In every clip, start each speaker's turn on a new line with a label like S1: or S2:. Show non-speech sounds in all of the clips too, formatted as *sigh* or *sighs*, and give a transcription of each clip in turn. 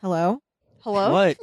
S1: Hello?
S2: Hello?
S3: What?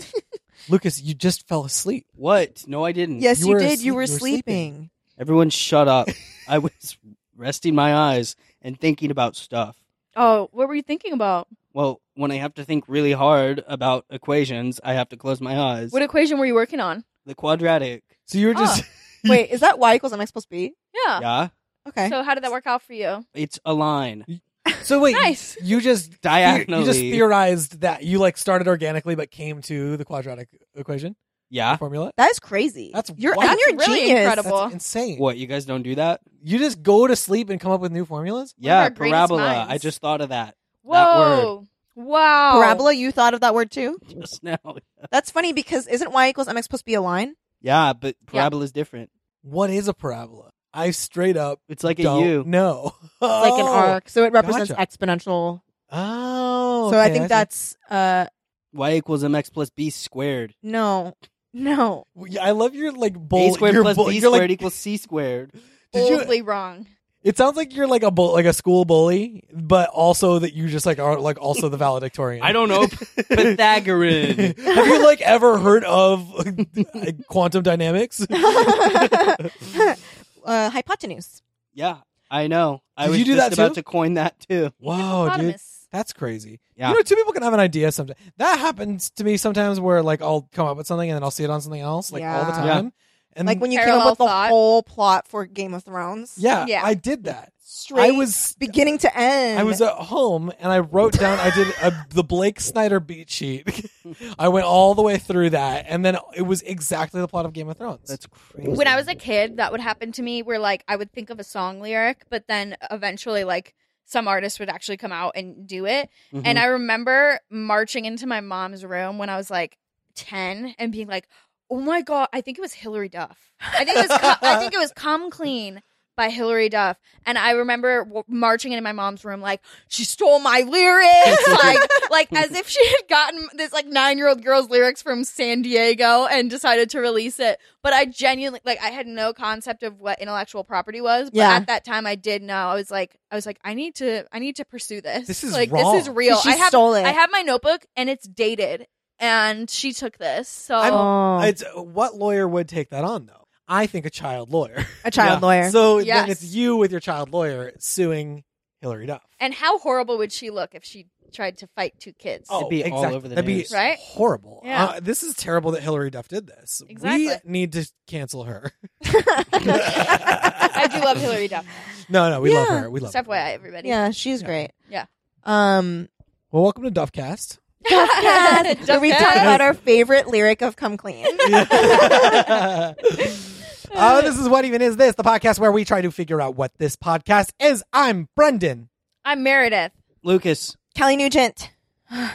S4: Lucas, you just fell asleep.
S3: What? No, I didn't.
S1: Yes,
S4: Mm, You
S1: you,
S4: were
S1: did.
S4: asleep-
S1: You were
S4: you were sleeping. *laughs*
S1: sleeping.
S3: Everyone shut up. I was resting my eyes and thinking about stuff.
S2: Oh, what were you thinking about?
S3: Well, when I have to think really hard about equations, I have to close my eyes.
S2: What equation were you working on?
S3: the quadratic.
S4: So you were just
S1: Wait, is that y equals mx plus b?
S2: Yeah.
S3: Yeah.
S1: Okay.
S2: So how did that work out for you?
S3: It's a line.
S1: Ah,
S4: *laughs* So wait,
S2: Nice.
S4: you just
S3: Diagonally.
S4: You just theorized that you like started organically but came to the quadratic equation
S3: yeah.
S4: formula.
S1: that is crazy.
S4: That's
S1: you're
S4: wild.
S1: and you're
S2: That's really
S1: genius.
S2: incredible.
S4: That's insane.
S3: What, you guys don't do that?
S4: You just go to sleep and come up with new formulas?
S2: One of
S3: Yeah,
S2: our greatest
S3: parabola.
S2: minds.
S3: I just thought of that That word.
S2: Whoa. Wow.
S1: Parabola, you thought of that word
S4: *laughs*
S1: too?
S3: just *laughs* now.
S1: That's funny because isn't y equals mx plus b a line?
S3: Yeah, but parabola is different.
S4: What is a parabola? I straight up
S3: It's like a
S4: don't
S3: U.
S4: know. Oh.
S1: It's
S4: *laughs*
S1: like an arc. So it represents
S4: gotcha.
S1: exponential.
S4: Oh.
S1: so I
S4: okay,
S1: think
S4: see.
S1: that's uh
S3: Y equals mx plus b squared.
S1: no.
S4: *laughs*
S1: No. *laughs*
S4: Well, yeah, I love your like
S3: a
S4: bull.
S3: squared
S4: your
S3: plus
S4: bull-
S3: b
S4: you're,
S3: squared
S4: like,
S3: equals c squared.
S4: did you-
S2: Boldly wrong.
S4: It sounds like you're like a bull, like a school bully, but also that you just like are like also the valedictorian.
S3: I don't know. *laughs* Pythagorean.
S4: *laughs* Have you like ever heard of *laughs* like,
S1: *laughs*
S4: quantum dynamics?
S1: uh, hypotenuse.
S3: Yeah, I know. I
S4: Did
S3: was
S4: you do
S3: just
S4: that
S3: about
S4: too?
S3: to coin that too.
S4: Wow, dude,
S2: Hippopotamus.
S4: that's crazy.
S3: Yeah.
S4: You know, two people can have an idea sometimes. That happens to me sometimes, where like I'll come up with something and then I'll see it on something else, like all the
S1: Yeah.
S4: time. And
S1: Like when you came
S2: Parallel
S1: up with the
S2: thought.
S1: whole plot for Game of Thrones.
S4: yeah,
S2: Yeah.
S4: I did that.
S1: Straight
S4: I was
S1: beginning to end.
S4: I was at home and I wrote down I did a, the Blake Snyder beat sheet. *laughs* I went all the way through that, and then it was exactly the plot of Game of Thrones.
S3: That's crazy.
S2: When I was a kid, that would happen to me where like I would think of a song lyric, but then eventually like some artist would actually come out and do it.
S3: Mhm.
S4: Mm-hmm.
S2: And I remember marching into my mom's room when I was like 10 and being like, "Oh my god, I think it was Hillary Duff. I think it was Co- I think it was Come Clean." By Hillary Duff, and I remember w- marching into my mom's room like she stole my
S4: *laughs*
S2: lyrics, like like as if she had gotten this like nine year old girl's lyrics from San Diego and decided to release it. But I genuinely like I had no concept of what intellectual property was. But
S1: Yeah.
S2: at that time, I did know. I was like, I was like, I need to, I need to pursue this.
S4: This is
S2: like
S4: wrong.
S2: this is real.
S1: She
S2: I have
S1: stole it.
S2: I have my notebook and it's dated, and she took this. So
S1: Oh.
S4: It's what lawyer would take that on though? I think a child lawyer.
S1: a child
S4: Yeah.
S1: lawyer.
S4: So
S2: Yes.
S4: then it's you with your child lawyer suing Hillary Duff.
S2: and how horrible would she look if she tried to fight two kids?
S3: Oh. be all over the
S4: That'd
S3: news.
S4: be
S2: Right?
S4: horrible.
S2: Yeah.
S4: Uh, this is terrible that Hillary Duff did this. We
S2: Exactly.
S4: need to cancel her.
S2: I
S4: *laughs* I
S2: do love Hillary Duff.
S4: No, no, we love
S1: Yeah.
S4: her. We love
S2: Just
S4: her.
S2: FYI, everybody. *laughs*
S1: yeah, she's
S4: Yeah.
S1: great.
S2: Yeah.
S1: Um
S4: Well, welcome to Duffcast.
S1: Duffcast, where we talk
S2: Duffcast.
S1: about our favorite lyric of Come Clean.
S4: *laughs* uh, Oh, this is What Even Is This, the podcast where we try to figure out what this podcast is. I'm Brendan.
S2: I'm Meredith.
S3: Lucas.
S1: Kelly Nugent.
S2: I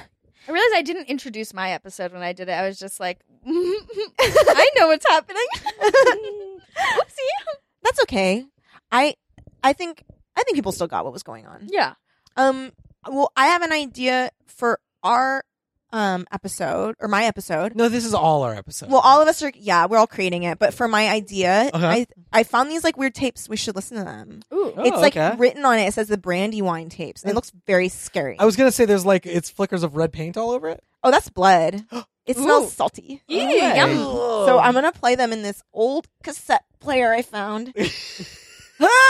S2: realized I didn't introduce my episode when I did it. I was just like, *laughs* I know what's happening. *laughs* Whoopsie.
S1: That's okay. I I think I think people still got what was going on.
S2: Yeah.
S1: Um well, I have an idea for our um episode or my episode.
S4: No, this is all our episode.
S1: Well, all of us are yeah, we're all creating it, but for my idea,
S4: Okay.
S1: I I found these like weird tapes. We should listen to them.
S2: Ooh.
S3: Oh,
S1: it's like
S3: okay.
S1: written on it. It says the Brandywine tapes. And it looks very scary.
S4: I was gonna say there's like it's flickers of red paint all
S2: *laughs*
S4: over it.
S1: oh, that's blood. It
S2: Ooh.
S1: smells salty.
S2: Ew,
S3: Alright.
S2: yum.
S4: Oh.
S1: So I'm gonna play them in this old cassette player I
S4: *laughs*
S1: found. *laughs* Ah!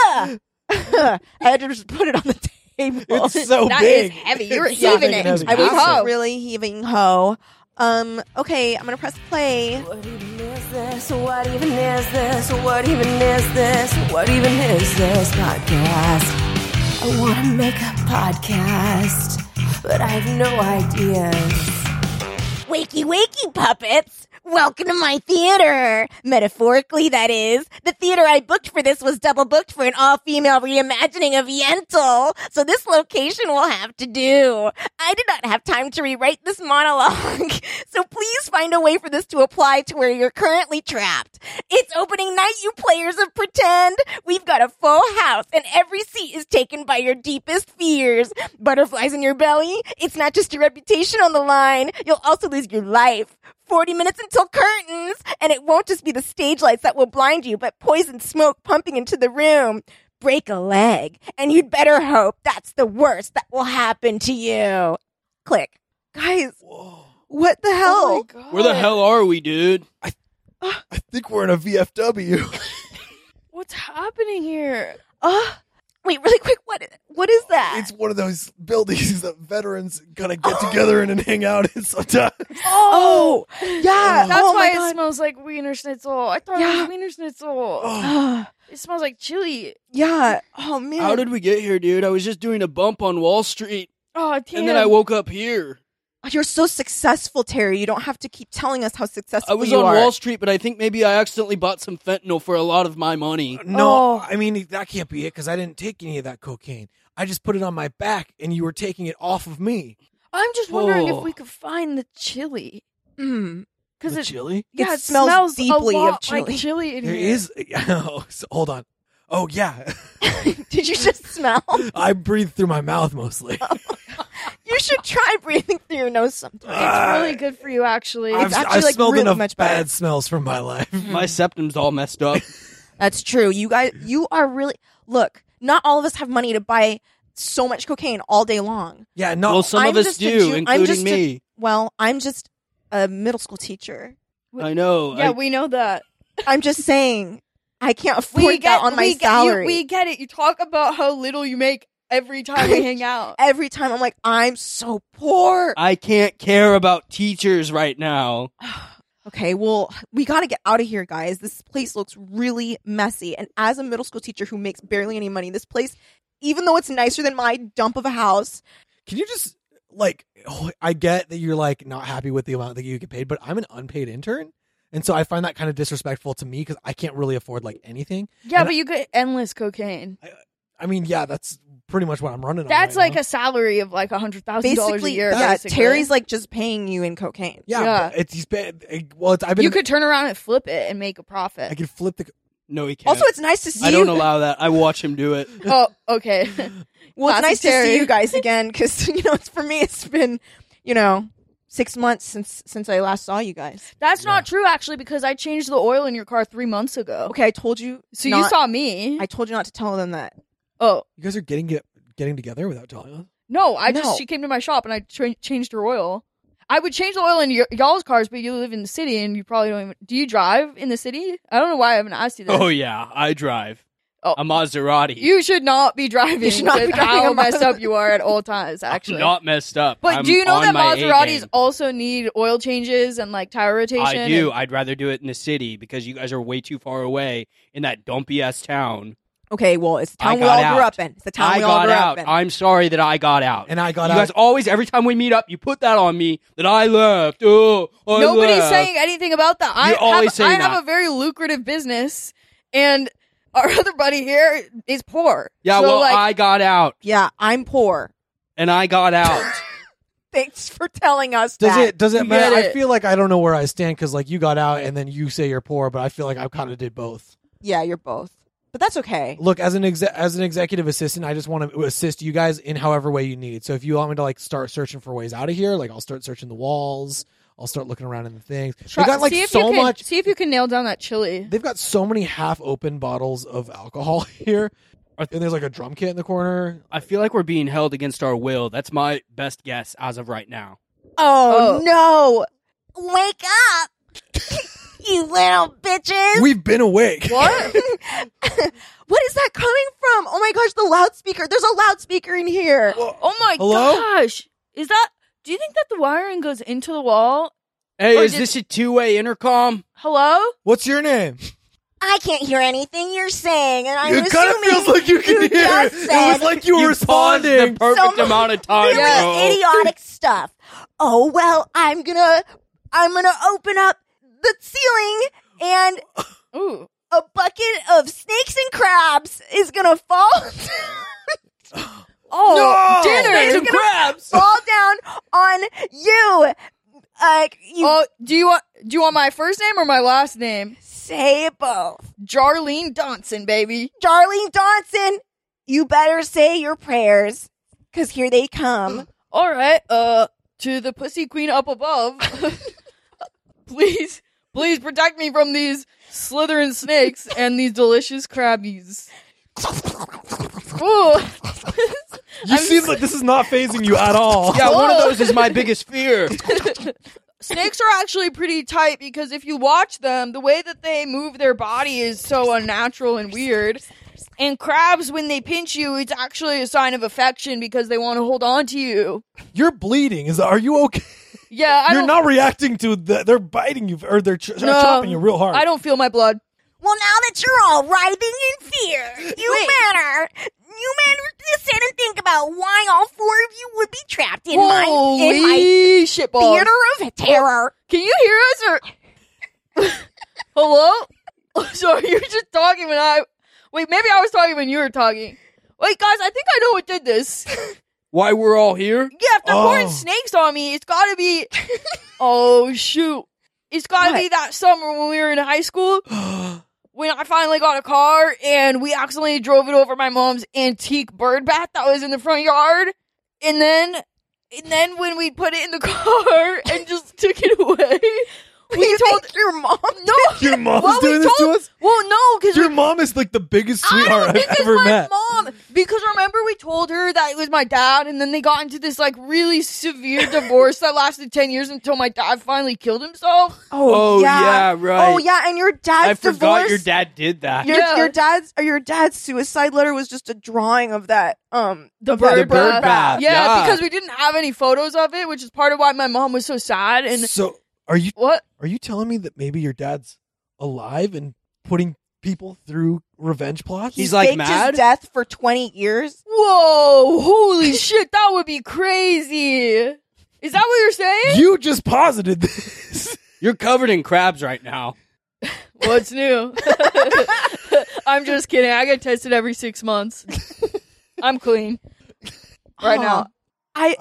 S1: I had to just put it on the table.
S4: It's so
S2: That is
S4: big.
S2: heavy. You're
S4: It's so
S2: heaving
S4: big
S2: it.
S4: and heavy.
S1: I was
S2: Wow.
S1: really heaving ho. Um, okay, I'm gonna press play.
S5: What even is this? What even is this? What even is this? What even is this podcast? I want to make a podcast, but I have no ideas.
S1: Wakey, wakey, puppets! Welcome to my theater! Metaphorically, that is. The theater I booked for this was double booked for an all female reimagining of Yentl, so this location will have to do. I did not have time to rewrite this monologue, *laughs* so please find a way for this to apply to where you're currently trapped. It's opening night, you players of pretend! We've got a full house, and every seat is taken by your deepest fears. Butterflies in your belly? It's not just your reputation on the line, you'll also lose your life. 40 minutes until curtains, and it won't just be the stage lights that will blind you, but poison smoke pumping into the room. Break a leg, and you'd better hope that's the worst that will happen to you. Click. guys, what the hell?
S3: Where the hell are we, dude?
S6: I think we're in a
S2: *laughs*
S6: VFW.
S2: What's happening here?
S1: Ugh. wait, really quick, what what is that?
S6: it's one of those buildings that veterans kind of get together in and hang out in sometimes.
S1: oh, yeah.
S2: That's
S1: oh,
S2: why
S1: my
S2: it
S1: God.
S2: smells like Wiener Schnitzel. I thought it
S1: Yeah.
S2: was Wiener Schnitzel.
S1: Ugh.
S2: It smells like chili.
S1: yeah. Oh man.
S3: How did we get here, dude? I was just doing a bump on Wall Street,
S2: Oh, damn.
S3: and then I woke up here.
S1: You're so successful, Terry. You don't have to keep telling us how successful
S3: I was
S1: you
S3: on
S1: are. *laughs*
S3: Wall Street, but I think maybe I accidentally bought some fentanyl for a lot of my money.
S4: *laughs*
S2: Oh.
S4: No, I mean that can't be it because I didn't take any of that cocaine. I just put it on my back, and you were taking it off of me.
S2: I'm just wondering
S3: Oh.
S2: if we could find the chili.
S1: Mm.
S2: Because it,
S4: chili?
S2: yeah,
S1: It smells
S2: a
S1: deeply of
S2: lot
S1: chili.
S2: Like chili in
S4: There
S2: here.
S4: is. *laughs* Oh, so- hold on. Oh yeah, *laughs*
S1: Did you just
S3: *laughs*
S1: smell?
S4: I breathe through my mouth mostly.
S2: Oh,
S1: You should try breathing through your nose sometimes.
S4: *laughs*
S2: It's really good for you, actually.
S4: I've,
S1: actually,
S4: I've
S1: like,
S4: smelled
S1: really
S4: enough
S1: much
S4: bad
S1: better.
S4: smells from my life.
S3: *clears throat*
S4: *laughs*
S3: My septum's all messed up.
S1: That's true. You guys, you are really look. Not all of us have money to buy so much cocaine all day long.
S4: Yeah, no.
S3: well, some
S1: I'm
S3: of us
S1: just a
S3: do,
S1: Jew- I'm
S3: including
S1: just a-
S3: me.
S1: Well, I'm just a middle school teacher.
S3: *laughs* I know.
S2: yeah,
S3: I-
S2: we know that.
S1: I'm just saying, I can't afford
S2: We
S1: that on my
S2: we get- you-
S1: salary.
S2: we get it. You talk about how little you make every time we hang out.
S1: Every time I'm like, I'm so poor.
S3: I can't care about teachers right now.
S1: Okay, well, we got to get out of here, guys. This place looks really messy. And as a middle school teacher who makes barely any money, this place, even though it's nicer than my dump of a house,
S4: Can you just like? oh, I get that you're like not happy with the amount that you get paid, but I'm an unpaid intern, and so I find that kind of disrespectful to me because I can't really afford like anything.
S2: *laughs* Yeah,
S4: And-
S2: but you get endless cocaine.
S4: I mean, yeah, that's pretty much what I'm running. on
S2: That's
S4: right
S2: like
S4: now.
S2: a salary of like a hundred thousand dollars a
S1: basically,
S2: year.
S1: yeah,
S2: basically.
S1: Terry's like just paying you in cocaine.
S4: yeah.
S2: yeah.
S4: but It's he's been eh, well. It's, I've been.
S2: you could turn around and flip it and make a
S4: I
S2: profit.
S4: could flip the.
S3: No, he can't.
S1: Also, it's nice to see
S3: I
S1: you.
S3: don't allow that. I watch him do it.
S2: *laughs*
S4: *laughs*
S2: oh, okay. *laughs*
S1: Well, it's
S2: Classic
S1: nice to
S2: Terry.
S1: see you guys again because *laughs* you know, it's for me, it's been you know six months since since I last saw you guys.
S2: That's not true actually because I changed the oil in your car three months ago.
S1: Okay, I told you.
S2: So you
S1: not-
S2: saw me.
S1: I told you not to tell them that.
S2: oh
S4: You guys are getting get, getting together without telling us.
S2: no, I
S1: No.
S2: just she came to my shop and I tra- changed her oil. I would change the oil in your, y'all's cars, but you live in the city and you probably don't even. Do you drive in the city? I don't know why I haven't asked you
S1: *laughs*
S3: *laughs*
S2: this.
S3: Oh yeah, I drive
S2: Oh.
S3: a Maserati.
S2: You should not be driving.
S1: You should not be
S2: with
S1: driving
S2: how
S1: a Maserati. *laughs*
S2: messed up you are at all times.
S3: I'm
S2: Actually,
S3: not messed up.
S2: But
S3: I'm
S2: do you know
S3: on
S2: that
S3: my A
S2: Maseratis
S3: game.
S2: also need oil changes and like tire rotation?
S3: I do.
S2: and-
S3: I'd rather do it in the city because you guys are way too far away in that dumpy ass town.
S1: Okay, well, it's the
S3: I
S1: town we
S3: got
S1: all grew up
S3: out.
S1: in. It's the town
S3: I
S1: we all
S3: got
S1: grew up
S3: out.
S1: in.
S3: I'm sorry that I got out.
S4: And I got
S3: you
S4: out.
S3: guys always every time we meet up, you put that on me that I left. Oh, I
S2: Nobody's
S3: left.
S2: saying anything about that. I
S3: You're always
S2: have, I
S3: saying that.
S2: have a very lucrative business, and our *laughs* other buddy here is poor.
S3: Yeah,
S2: So,
S3: well,
S2: like,
S3: I got out
S1: yeah, I'm poor.
S3: and I got out. *laughs*
S1: Thanks for telling us
S4: Does
S1: that.
S4: it? Does it
S2: You
S4: matter?
S2: get
S4: I
S2: it.
S4: feel like I don't know where I stand because like you got out and then you say you're poor, but I feel like I kind of did both.
S1: Yeah, you're both, but that's okay.
S4: Look, as an exe- as an executive assistant, I just want to assist you guys in however way you need. So if you want me to like start searching for ways out of here, like I'll start searching the walls. I'll start looking around in the things.
S2: try-
S4: They've got like
S2: see if
S4: so
S2: you can,
S4: much.
S2: See if you can nail down that chili.
S4: They've got so many half open bottles of alcohol *laughs* here, and there's like a drum kit in the corner.
S3: I feel like we're being held against our will. That's my best guess as of right now.
S1: Oh,
S2: Oh.
S1: no! Wake up, *laughs* you little bitches! *laughs*
S4: We've been awake.
S2: What?
S1: what is that coming from? Oh my gosh, the loudspeaker! There's a loudspeaker in here.
S2: oh my
S4: Hello?
S2: gosh! Is that? Do you think that the wiring goes into the wall?
S3: Hey,
S2: Or
S3: is
S2: did-
S3: this a two-way intercom?
S2: Hello?
S4: What's your name?
S1: I can't hear anything you're saying, and I'm
S6: it kind of
S1: assuming
S6: feels like you can
S1: you
S6: hear.
S1: just
S6: It It was
S1: said
S6: like you were
S3: You paused
S6: responding.
S3: the perfect
S1: Some-
S3: amount
S2: *laughs*
S3: of time.
S1: really
S3: bro.
S1: idiotic stuff. Oh well, I'm gonna, I'm gonna open up the ceiling, and
S2: Ooh.
S1: a bucket of snakes and crabs is gonna fall. *laughs*
S2: Oh, dinner.
S1: Snakes and crabs fall down on you. Like you
S2: Oh, do you want do you want my first name or my last name?
S1: say both,
S2: Jarlene Donson, baby.
S1: Darlene Donson. You better say your prayers, cause here they come.
S2: All right, uh, to the pussy queen up above, *laughs* please, please protect me from these slithering snakes and these delicious crabbies. Ooh,
S4: You
S2: I'm
S4: seem
S2: s-
S4: like this is not phasing
S2: *laughs*
S4: you at all.
S3: Yeah, one of
S2: Whoa.
S3: those is my biggest
S2: *laughs*
S3: fear.
S2: Snakes are actually pretty tight because if you watch them, the way that they move their body is so unnatural and weird. And crabs, when they pinch you, it's actually a sign of affection because they want to hold on to you.
S4: You're bleeding. Is are you okay?
S2: Yeah, I
S4: You're
S2: don't.
S4: not reacting to the, they're biting you or they're ch- chopping you real hard.
S2: I don't feel my blood.
S5: Well, now that you're all writhing in fear, you matter. You matter to sit and think about why all four of you would be trapped in my in my
S2: Holy shit balls.
S5: theater of terror.
S2: Can you hear us or *laughs* Hello? *laughs* Oh, sorry, you were just talking when I Wait, maybe I was talking when you were talking. Wait, guys, I think I know what did this.
S3: Why we're all here?
S2: Yeah, if they're pouring
S4: Oh.
S2: snakes on me, it's gotta be *laughs* Oh shoot. It's gotta be that summer when we were in high school *gasps* when I finally got a car and we accidentally drove it over my mom's antique bird bath that was in the front yard. And then and then when we put it in the *laughs* car and just took it away, we told your mom. No,
S4: *gasps* Your mom's
S2: Well, we
S4: doing this
S2: told-
S4: to us.
S2: Well, no, because
S4: Your mom is like the biggest sweetheart
S2: I don't think
S4: I've
S2: it's
S4: ever
S2: my
S4: met.
S2: mom because remember we told her that it was my dad, and then they got into this like really *laughs* severe divorce that lasted ten years until my dad finally killed himself.
S3: Oh, yeah, right.
S1: Oh yeah, and your dad's
S3: I forgot
S1: divorce.
S3: your dad did that.
S1: Your,
S2: Yeah.
S1: your dad's or your dad's suicide letter was just a drawing of that um
S2: The
S1: that
S2: bird bath.
S3: bath,
S2: Yeah,
S3: yeah.
S2: because we didn't have any photos of it, which is part of why my mom was so sad. And
S4: So are you
S2: what?
S4: are you telling me that maybe your dad's alive and putting people through revenge plots?
S3: He's
S1: he
S3: like
S1: faked
S3: mad?
S1: his death for 20 years.
S2: Whoa! *laughs* Holy shit! That would be crazy. Is that what you're saying?
S4: you just posited this.
S3: You're covered in crabs right now.
S2: What's new? *laughs* I'm just kidding. I get tested every six *laughs* months. I'm clean right
S1: Huh.
S2: now.
S1: I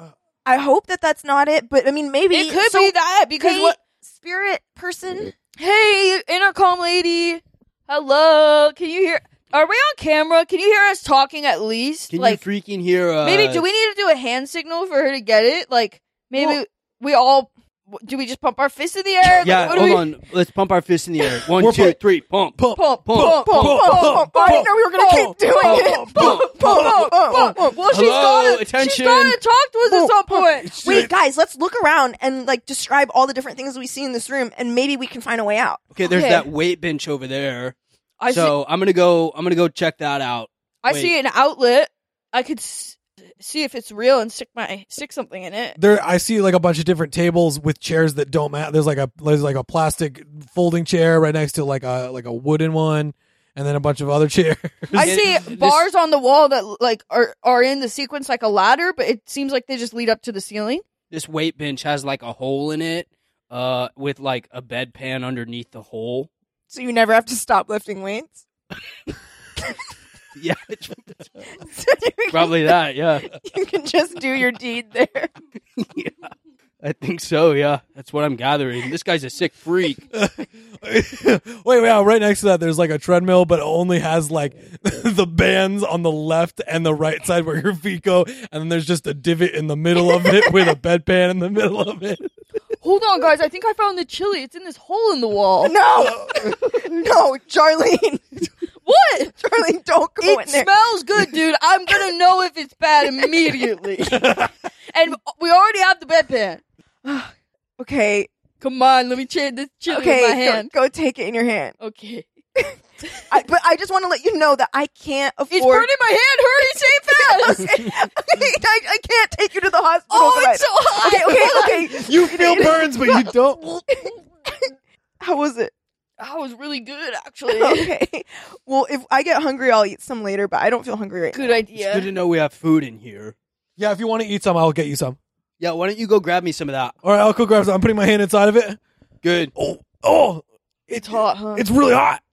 S1: I hope that that's not it, but I mean maybe
S2: It could
S1: so
S2: be that because
S1: hey,
S2: what?
S1: spirit person?
S2: Hey, intercom lady. Hello. Can you hear? Are we on camera? Can you hear us talking at least?
S3: Can
S2: like
S3: you freaking hear? Uh,
S2: maybe do we need to do a hand signal for her to get it? Like maybe
S1: Well-
S2: we all do we just pump our fists in the air? Like,
S3: Yeah,
S2: what do
S3: hold
S2: we-
S3: on. Let's pump our fists in the air. One,
S4: We're
S3: two,
S4: pump-
S3: three, pump.
S4: Pump.
S3: Pump,
S2: Pump, pump, pump,
S4: pump,
S2: pump,
S1: Oh, I didn't know we were going to keep doing it.
S2: Whoa, whoa, whoa. Well, she's
S3: Hello,
S2: gotta,
S3: attention.
S2: she's gotta talk to us at some point.
S1: Wait, guys, let's look around and like describe all the different things we see in this room and maybe we can find a way out.
S3: Okay, there's
S2: Okay.
S3: that weight bench over there.
S2: I see,
S3: so I'm gonna go. I'm gonna go check that out.
S2: I
S3: wait.
S2: see an outlet. I could s- see if it's real and stick my stick something in it.
S4: There, I see like a bunch of different tables with chairs that don't match. There's like a there's like a plastic folding chair right next to like a like a wooden one, and then a bunch of other *laughs* chairs.
S2: I
S3: It-
S2: see
S3: this-
S2: bars on the wall that like are are in the sequence like a ladder, but it seems like they just lead up to the ceiling.
S3: This weight bench has like a hole in it, uh, with like a bedpan underneath the hole.
S1: So you never have to stop lifting weights.
S3: *laughs* Yeah, *laughs*
S1: *laughs*
S3: it's
S1: So you can-
S3: probably that. Yeah,
S1: *laughs* you can just do your deed
S2: *laughs*
S1: there.
S3: yeah, I think so. Yeah, that's what I'm gathering. This guy's a sick freak.
S4: wait, wait, wow, right next to that, there's like a treadmill, but it only has like *laughs* the bands on the left and the right side where your feet go, and then there's just a divot in the middle of it with a bedpan in the middle of it.
S2: Hold on, guys. I think I found the chili. It's in this hole in the *laughs* wall.
S1: No. *laughs* no, Charlene. *laughs*
S2: What?
S1: Charlene, don't go
S2: It
S1: in there.
S2: smells good, dude. I'm *laughs* gonna know if it's bad
S3: *laughs*
S2: immediately. and we already have the bedpan.
S1: okay.
S2: Come on, let me check this chili
S1: Okay.
S2: *laughs* in my
S1: go-
S2: hand.
S1: Go, take it in your hand.
S2: Okay.
S1: I, but I just want to let you know that I can't afford
S2: It's burning my hand. *laughs* Hurry, say *laughs* fast.
S1: Okay, *laughs* I, I can't take you to the hospital.
S2: oh,
S1: but I-
S2: it's so hot.
S1: okay, okay, okay.
S4: You feel burns, but you don't.
S1: How was
S2: *laughs*
S1: it?
S2: *laughs* That was really good, *laughs* actually.
S1: Okay. Well, if I get hungry, I'll eat some later, but I don't feel hungry right
S2: Good
S3: It's good
S2: idea.
S3: to know we have food in here.
S4: Yeah, if you want to eat some, I'll get you some.
S3: Yeah, why don't you go grab me some of that?
S4: All right, I'll go grab some. I'm putting my hand inside of it.
S3: Good,
S4: Oh, oh, it's
S2: Hot, huh?
S4: It's really hot.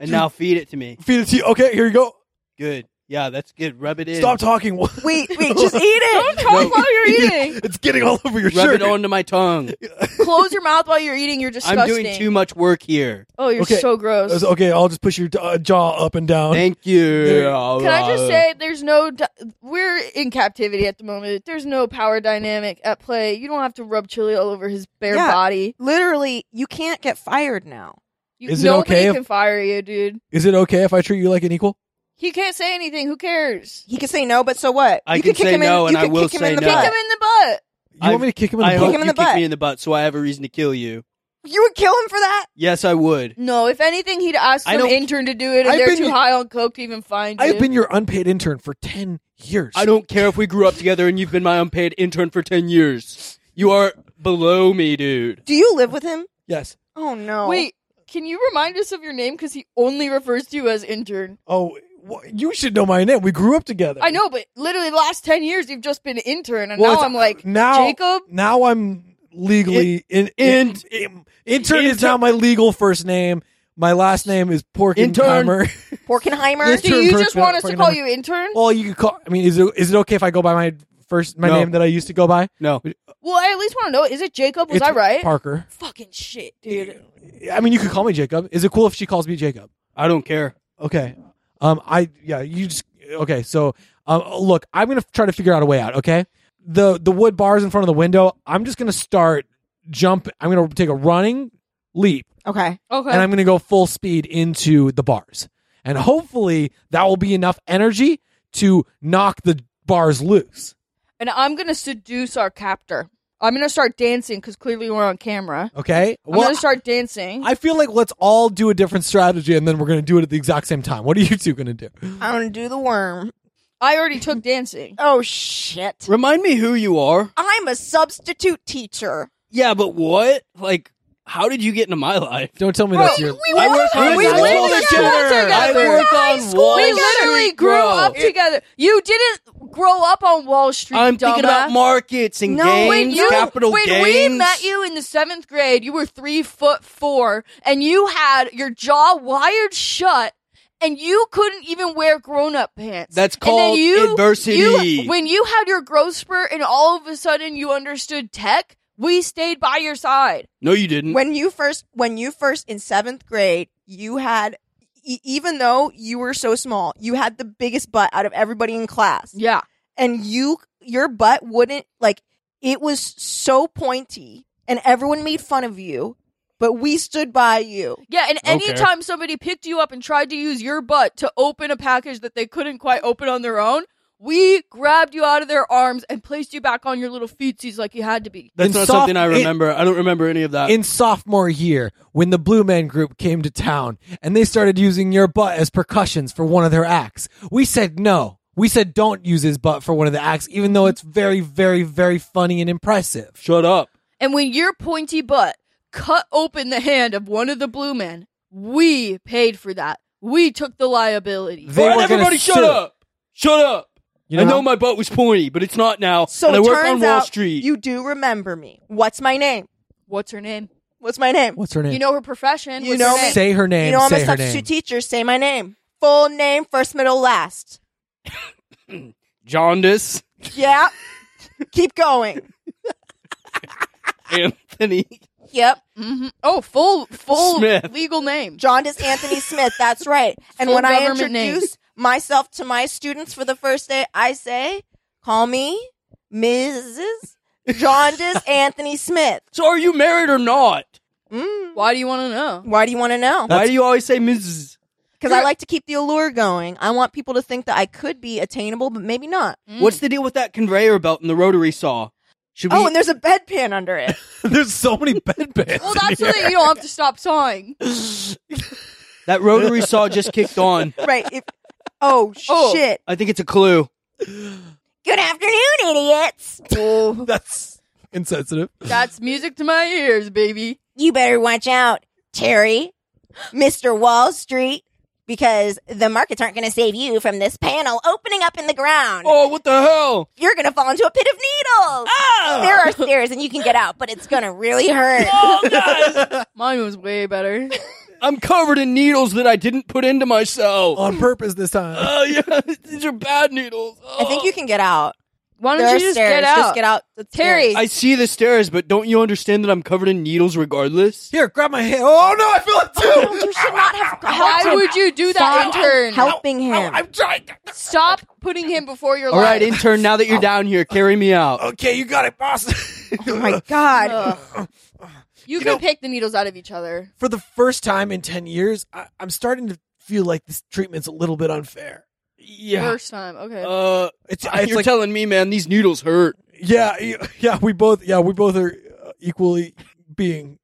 S3: and now feed it to me.
S4: Feed it to you. Okay, here you go.
S3: Good. Yeah, that's good. Rub it in.
S4: Stop talking. *laughs*
S1: now. Wait, wait,
S2: *laughs*
S1: just eat it.
S3: *laughs*
S2: Don't talk while you're eating.
S4: it's getting all over your
S3: Rub
S4: shirt.
S3: it onto my tongue.
S2: Close your mouth while you're eating. You're disgusting.
S3: I'm doing too much work here.
S2: Oh, you're
S4: Okay.
S2: so gross.
S4: It's okay, I'll just push your uh, jaw up and down.
S3: Thank you.
S4: There-
S2: Can I just say, there's no. Di- we're in captivity at the moment. There's no power dynamic at play. You don't have to rub chili all over his bare
S1: Yeah.
S2: body.
S1: Literally, you can't get fired now.
S2: You,
S4: Is it
S2: nobody
S4: okay if-
S2: can fire you, dude.
S4: Is it okay if I treat you like an equal?
S2: He can't say anything. Who cares?
S1: He can say no, but so what?
S3: I
S1: you
S3: can
S1: could kick
S3: say
S1: him in,
S3: no, and
S1: you
S3: I
S1: could
S3: will
S1: kick him
S3: say
S1: in the
S3: no.
S2: Kick
S1: butt.
S2: him in the butt.
S4: You want me to kick him in
S3: I
S4: the
S3: hope
S4: butt?
S1: him in
S3: you
S1: the
S3: kick
S1: butt.
S3: me in the butt, so I have a reason to kill you.
S1: You would kill him for that?
S3: Yes, I would.
S2: No, if anything, he'd ask
S3: I
S2: some
S3: don't-
S2: intern to do it, and
S4: I've
S2: they're
S4: been-
S2: too high on coke to even find
S4: I've
S2: you.
S4: been your unpaid intern for 10 years.
S3: I don't care if we grew up together and you've been my unpaid intern for 10 years. You are below me, dude.
S1: Do you live with him?
S4: Yes.
S1: Oh no.
S2: Wait, can you remind us of your name? Because he only refers to you as intern.
S4: Oh, wh- you should know my name. We grew up together.
S2: I know, but literally the last ten years you've just been intern, and
S4: Well,
S2: now
S4: it's-
S2: I'm like
S4: now,
S2: Jacob.
S4: Now I'm legally in, in,
S3: in-
S4: intern is
S3: inter-
S4: now my legal first name. My last name is Porkenheimer.
S1: Porkenheimer?
S4: Yes.
S2: Do you
S4: intern
S2: just
S4: for-
S2: want us
S4: for
S2: to
S4: another-
S2: call you intern?
S4: *laughs* well, you could call. I mean, is it is it okay if I go by my first my
S3: No.
S4: name that I used to go by?
S3: No.
S2: Well, I at least want to know: is it Jacob? Was
S4: It's
S2: I right?
S4: Parker.
S2: Fucking shit, dude.
S4: I mean, you could call me Jacob. Is it cool if she calls me Jacob?
S3: I don't care.
S4: Okay. Um. I yeah. You just okay. So um. Look, I'm gonna try to figure out a way out. Okay. The the wood bars in front of the window. I'm just gonna start jump. I'm gonna take a running leap
S1: Okay.
S2: Okay.
S4: and I'm gonna go full speed into the bars, and hopefully that will be enough energy to knock the bars loose.
S2: and I'm gonna seduce our captor. I'm gonna start dancing because clearly we're on camera.
S4: Okay.
S2: I'm
S4: Well,
S2: gonna start dancing.
S4: I feel like let's all do a different strategy, and then we're gonna do it at the exact same time. What are you two gonna do?
S1: I'm gonna do the worm.
S2: I already
S4: *laughs*
S2: took dancing.
S1: Oh shit.
S3: Remind me who you are.
S1: I'm a substitute teacher.
S3: Yeah, but what? Like, how did you get into my life?
S4: Don't tell me that's your.
S3: I work
S1: on- we
S3: high school
S1: lived
S2: together.
S3: I work on Wall
S2: we
S3: Street,
S2: literally grew
S3: bro.
S2: up together. You didn't grow up on Wall Street.
S3: I'm thinking about
S2: dumbass.
S3: markets and
S1: No,
S3: gains,
S1: when you-
S3: capital
S2: when
S3: gains.
S2: we met you in the seventh grade, you were three foot four, and you had your jaw wired shut, and you couldn't even wear grown up pants.
S3: That's
S2: And then
S3: called
S2: you-
S3: adversity.
S2: you- when you had your growth spurt, and all of a sudden you understood tech, we stayed by your side.
S3: no, you didn't.
S1: When you first when you first in seventh grade, you had e- even though you were so small, you had the biggest butt out of everybody in class.
S2: Yeah,
S1: and you your butt wouldn't like it was so pointy and everyone made fun of you but we stood by you
S2: yeah. And
S3: Okay.
S2: anytime somebody picked you up and tried to use your butt to open a package that they couldn't quite open on their own. We grabbed you out of their arms and placed you back on your little feetsies like you had to be.
S3: That's
S4: In
S3: not
S4: soph-
S3: something I
S4: in-
S3: remember. I don't remember any of that.
S4: *laughs* in sophomore year when the Blue Man Group came to town and they started using your butt as percussions for one of their acts. We said no. We said don't use his butt for one of the acts, even though it's very, very, very funny and impressive.
S3: Shut up.
S2: And when your pointy butt cut open the hand of one of the blue men, we paid for that. We took the liability.
S4: They
S3: Alright,
S4: were gonna
S3: everybody, shut
S4: sue.
S3: up. Shut up.
S4: You know,
S3: I know my butt was pointy, but it's not now.
S1: so
S3: and I
S1: it
S3: work
S1: turns
S3: on Wall
S1: out
S3: Street.
S1: you do remember me what's my name
S2: What's her name?
S1: what's my name
S4: what's her name?
S2: You know her profession.
S1: You
S2: What's
S1: know
S2: her name?
S4: say her name.
S1: you know i'm
S4: say
S1: a
S4: her
S1: substitute
S4: *laughs* name.
S1: teacher say my name full name first middle last
S3: Jaundice, *laughs*
S1: yeah keep going
S3: Anthony.
S1: yep
S2: Mhm. Oh, full full
S3: Smith.
S2: legal name.
S1: jaundice anthony smith that's right and
S2: Full
S1: when i
S2: government name.
S1: introduce myself to my students for the first day i say call me mrs jaundice anthony smith
S3: So are you married or not?
S1: Mm.
S2: Why do you want to know?
S1: Why do you want to know?
S3: Why do you always say Mrs.?
S1: Because I like to keep the allure going. I want people to think that I could be attainable, but maybe not.
S3: What's the deal with that conveyor belt and the rotary saw? Should we?
S1: Oh, and there's a bedpan under it.
S4: There's so many
S1: *laughs*
S4: bedpans.
S2: Well, that's
S3: *laughs*
S2: so that you don't have to stop sawing.
S3: *laughs* that rotary saw just kicked on.
S1: right. If, oh,
S2: Oh.
S1: shit.
S3: I think it's a clue.
S5: Good afternoon, idiots.
S4: that's insensitive.
S2: That's music to my ears, baby.
S5: You better watch out, Terry,
S1: Mr. Wall Street.
S5: because the markets aren't going to save you from this panel opening up in the ground.
S3: Oh, what the hell?
S5: You're going to fall into a pit of needles.
S2: Ah!
S5: There are stairs and you can get out, but it's going to really hurt.
S2: Mine was way better.
S3: *laughs* I'm covered in needles that I didn't put into myself.
S4: On purpose this time.
S3: Oh yeah, *laughs* these are bad needles.
S1: I think you can get out.
S2: Why don't
S1: There are
S2: you just
S1: stairs.
S2: get out?
S1: Just get out. the
S2: Terry.
S1: stairs.
S3: Oh. I see the stairs, but don't you understand that I'm covered in needles regardless?
S4: Here, grab my hand. Oh no, I feel it too.
S1: You should not
S4: *laughs*
S1: have
S2: Why
S1: helped him.
S2: would you do that,
S1: Stop
S2: intern?
S1: helping him.
S4: I'm trying. to-
S2: Stop putting him before your
S3: All right,
S2: life.
S3: intern. Now that you're down here, carry me out.
S4: Okay, you got it, boss. *laughs*
S1: oh, my God.
S2: Ugh. You,
S4: You
S2: can
S4: know-
S2: pick the needles out of each other.
S4: For the first time in ten years, I- I'm starting to feel like this treatment's a little bit unfair.
S3: yeah.
S2: First time. Okay.
S3: Uh, *laughs*
S4: It's, it's
S3: you're
S4: like,
S3: telling me, man, these noodles hurt.
S4: yeah, y- yeah. We both, yeah, we both are uh, equally
S3: *gasps*
S4: being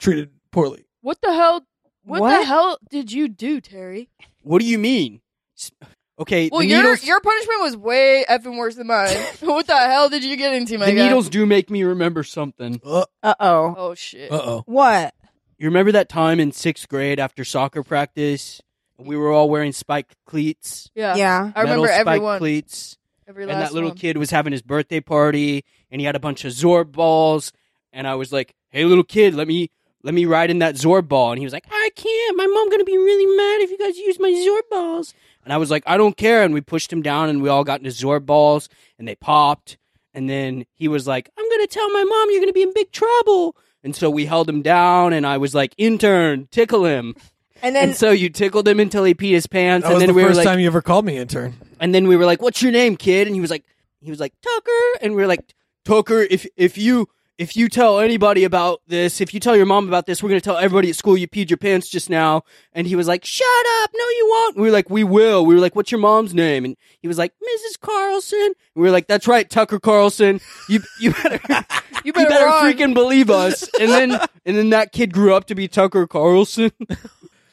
S4: treated poorly.
S2: what the hell? What,
S1: What?
S2: the hell did you do, Terry?
S3: What do you mean? S- Okay,
S2: Well,
S3: the
S2: your
S3: needles.
S2: your punishment was way effing worse than mine. *laughs* what the hell did you get into, my
S3: the
S2: guy?
S3: needles do make me remember something.
S1: Uh oh.
S2: Oh shit.
S4: Uh oh.
S1: What?
S3: You remember that time in sixth grade after soccer practice, we were all wearing spike cleats.
S2: yeah.
S1: Yeah.
S2: I remember
S3: metal spike
S2: everyone.
S3: cleats,
S2: Every
S3: and
S2: last
S3: that little
S2: one.
S3: kid was having his birthday party, and he had a bunch of Zorb balls, and I was like, "Hey, little kid, let me." Let me ride in that Zorb ball, and he was like, "I can't. My mom gonna be really mad if you guys use my Zorb balls." And I was like, "I don't care." And we pushed him down, and we all got into Zorb balls, and they popped. And then he was like, "I'm gonna tell my mom. You're gonna be in big trouble." And so we held him down, and I was like, "Intern, tickle him."
S1: And
S3: And,
S1: then
S3: so you tickled him until he peed his pants,
S4: That
S3: and
S4: was
S3: then
S4: the
S3: we were
S4: first
S3: like,
S4: time you ever called me intern.
S3: and then we were like, "What's your name, kid?" And he was like, he was like Tucker, and we were like, Tucker, if if you if you tell anybody about this, if you tell your mom about this, we're gonna tell everybody at school you peed your pants just now. And he was like, "Shut up, no, you won't." We were like, "We will." We were like, "What's your mom's name?" And he was like, "Mrs. Carlson." And we were like, "That's right, Tucker Carlson. You you better *laughs* you better,
S2: better run."
S3: freaking believe us." And then and then that kid grew up to be Tucker Carlson.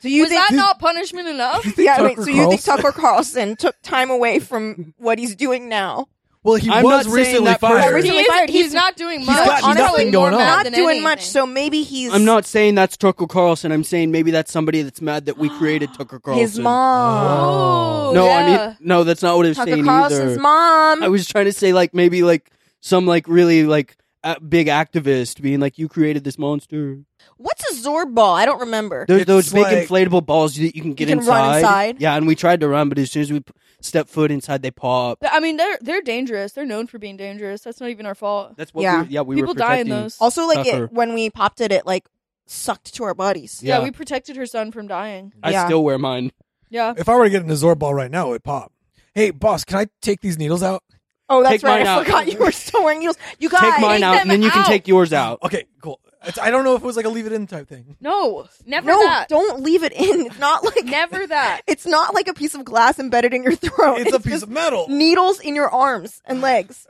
S1: do you
S2: was
S1: think?
S2: that not punishment enough?
S1: yeah. Wait.
S4: Tucker
S1: So you think
S4: Carlson-
S1: Tucker Carlson took time away from what he's doing now?
S4: Well, he
S3: I'm not
S4: was
S3: saying
S4: recently
S3: that person-
S4: fired.
S1: Every-
S2: He
S1: Recently
S2: is-
S1: fired.
S2: He's,
S1: He's-
S2: not doing much.
S4: got
S2: Honestly,
S4: nothing
S2: more
S4: going
S2: mad
S4: on.
S1: Not
S2: than
S1: doing
S2: anything.
S1: much. So maybe he's.
S3: I'm not saying that's Tucker Carlson. I'm saying maybe that's somebody that's mad that we created Tucker Carlson.
S1: his mom.
S2: Oh,
S3: No, I
S2: yeah.
S3: mean no, that's not what I was
S1: Tucker
S3: saying
S1: Carlson's
S3: either.
S1: mom.
S3: I was trying to say like maybe like some like really like a- big activist being like you created this monster.
S1: What's a Zorb ball? I don't remember.
S3: There's
S7: It's
S3: those big
S7: like-
S3: inflatable balls that you can get
S1: can
S3: inside.
S1: run inside.
S3: Yeah, and we tried to run, but as soon as we p- stepped foot inside, they pop.
S2: I mean, they're they're dangerous. They're known for being dangerous. That's not even our fault.
S3: That's what
S1: Yeah.
S3: we yeah we
S2: People
S3: were
S2: die in
S3: protecting.
S2: those.
S1: Also, like
S3: Tucker.
S1: it, when we popped it, it like sucked to our bodies.
S2: yeah.
S3: yeah.
S2: we protected her son from dying.
S3: I
S1: Yeah.
S3: still wear mine.
S2: Yeah.
S3: Uh,
S4: If I were to get an Azor ball right now, it would pop. Hey, boss, can I take these needles out?
S1: Oh, that's
S3: Take
S1: right.
S3: mine
S1: I
S3: out.
S1: forgot you were still wearing heels. You guys,
S3: take mine out,
S2: them
S3: and then you can
S2: out.
S3: take yours out.
S4: Okay, cool. It's, I don't know if it was like a leave it in type thing.
S2: No, never
S1: No,
S2: that.
S1: don't leave it in. It's not like
S2: Never that.
S1: It's not like a piece of glass embedded in your throat.
S4: It's, a piece
S1: just
S4: of metal.
S1: needles in your arms and legs.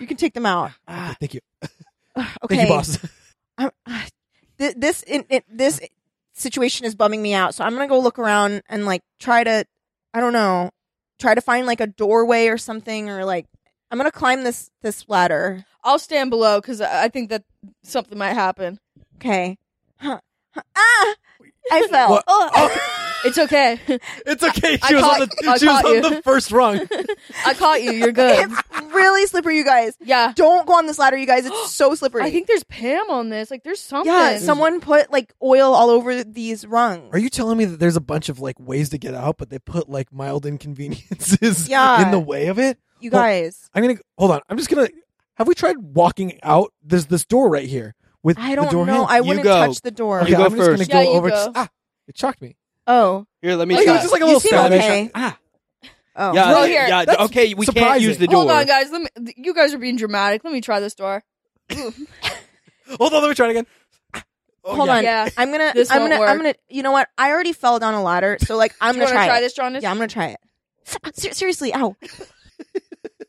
S1: You can take them out.
S4: Okay, thank you.
S1: Okay.
S4: Thank you, boss.
S1: I'm, I- thi- this in it, this situation is bumming me out. So I'm gonna go look around and like try to, I don't know, try to find like a doorway or something, or like I'm gonna climb this this ladder.
S2: I'll stand below because I I think that something might happen.
S1: Okay. Huh. Huh. Ah, I fell.
S4: What?
S1: Ugh.
S4: *laughs*
S2: It's okay. *laughs*
S4: It's okay. She
S2: I
S4: was
S2: caught-
S4: on, the,
S2: I
S4: she was
S2: caught
S4: on
S2: you.
S4: the first rung.
S2: I caught you. You're good.
S1: It's really slippery, you guys.
S2: Yeah.
S1: Don't go on this ladder, you guys. It's so slippery.
S2: I think there's Pam on this. Like, there's something.
S1: Yeah, someone put like oil all over these rungs.
S4: *laughs* Are you telling me that there's a bunch of like ways to get out, but they put like mild inconveniences *laughs*
S1: Yeah.
S4: in the way of it?
S1: You
S4: Well-
S1: guys,
S4: I'm gonna hold on. I'm just gonna. Have we tried walking out? There's this door right here with
S1: I
S4: the
S1: don't
S4: door
S1: know.
S4: handle.
S1: I
S3: You
S1: wouldn't
S3: go.
S1: touch the door.
S4: Okay,
S3: You go
S4: I'm just
S3: first.
S4: gonna
S2: Yeah,
S4: go
S2: you
S4: over.
S2: go.
S4: Ah, it shocked me.
S1: Oh,
S3: Here, let me.
S4: Oh,
S3: try.
S4: yeah, just like a
S1: you
S4: little
S1: seem
S4: stab.
S1: okay.
S3: ah,
S1: Oh,
S3: yeah,
S2: Well, here,
S3: yeah.
S4: that's
S3: Okay, we can't
S4: surprising.
S3: use the door.
S2: Hold on, guys. Let me. You guys are being dramatic. Let me try this door.
S4: Hold on, let me try it again. Oh,
S1: hold
S4: yeah.
S1: on.
S2: Yeah.
S1: I'm gonna.
S2: This
S1: I'm
S2: won't
S1: gonna. I'm
S2: work.
S1: gonna. You know what? I already fell down a ladder, so like I'm gonna
S2: You want to
S1: try,
S2: try
S1: it.
S2: this, Jonas?
S1: Yeah, I'm gonna try it. *laughs* Ser- seriously, ow.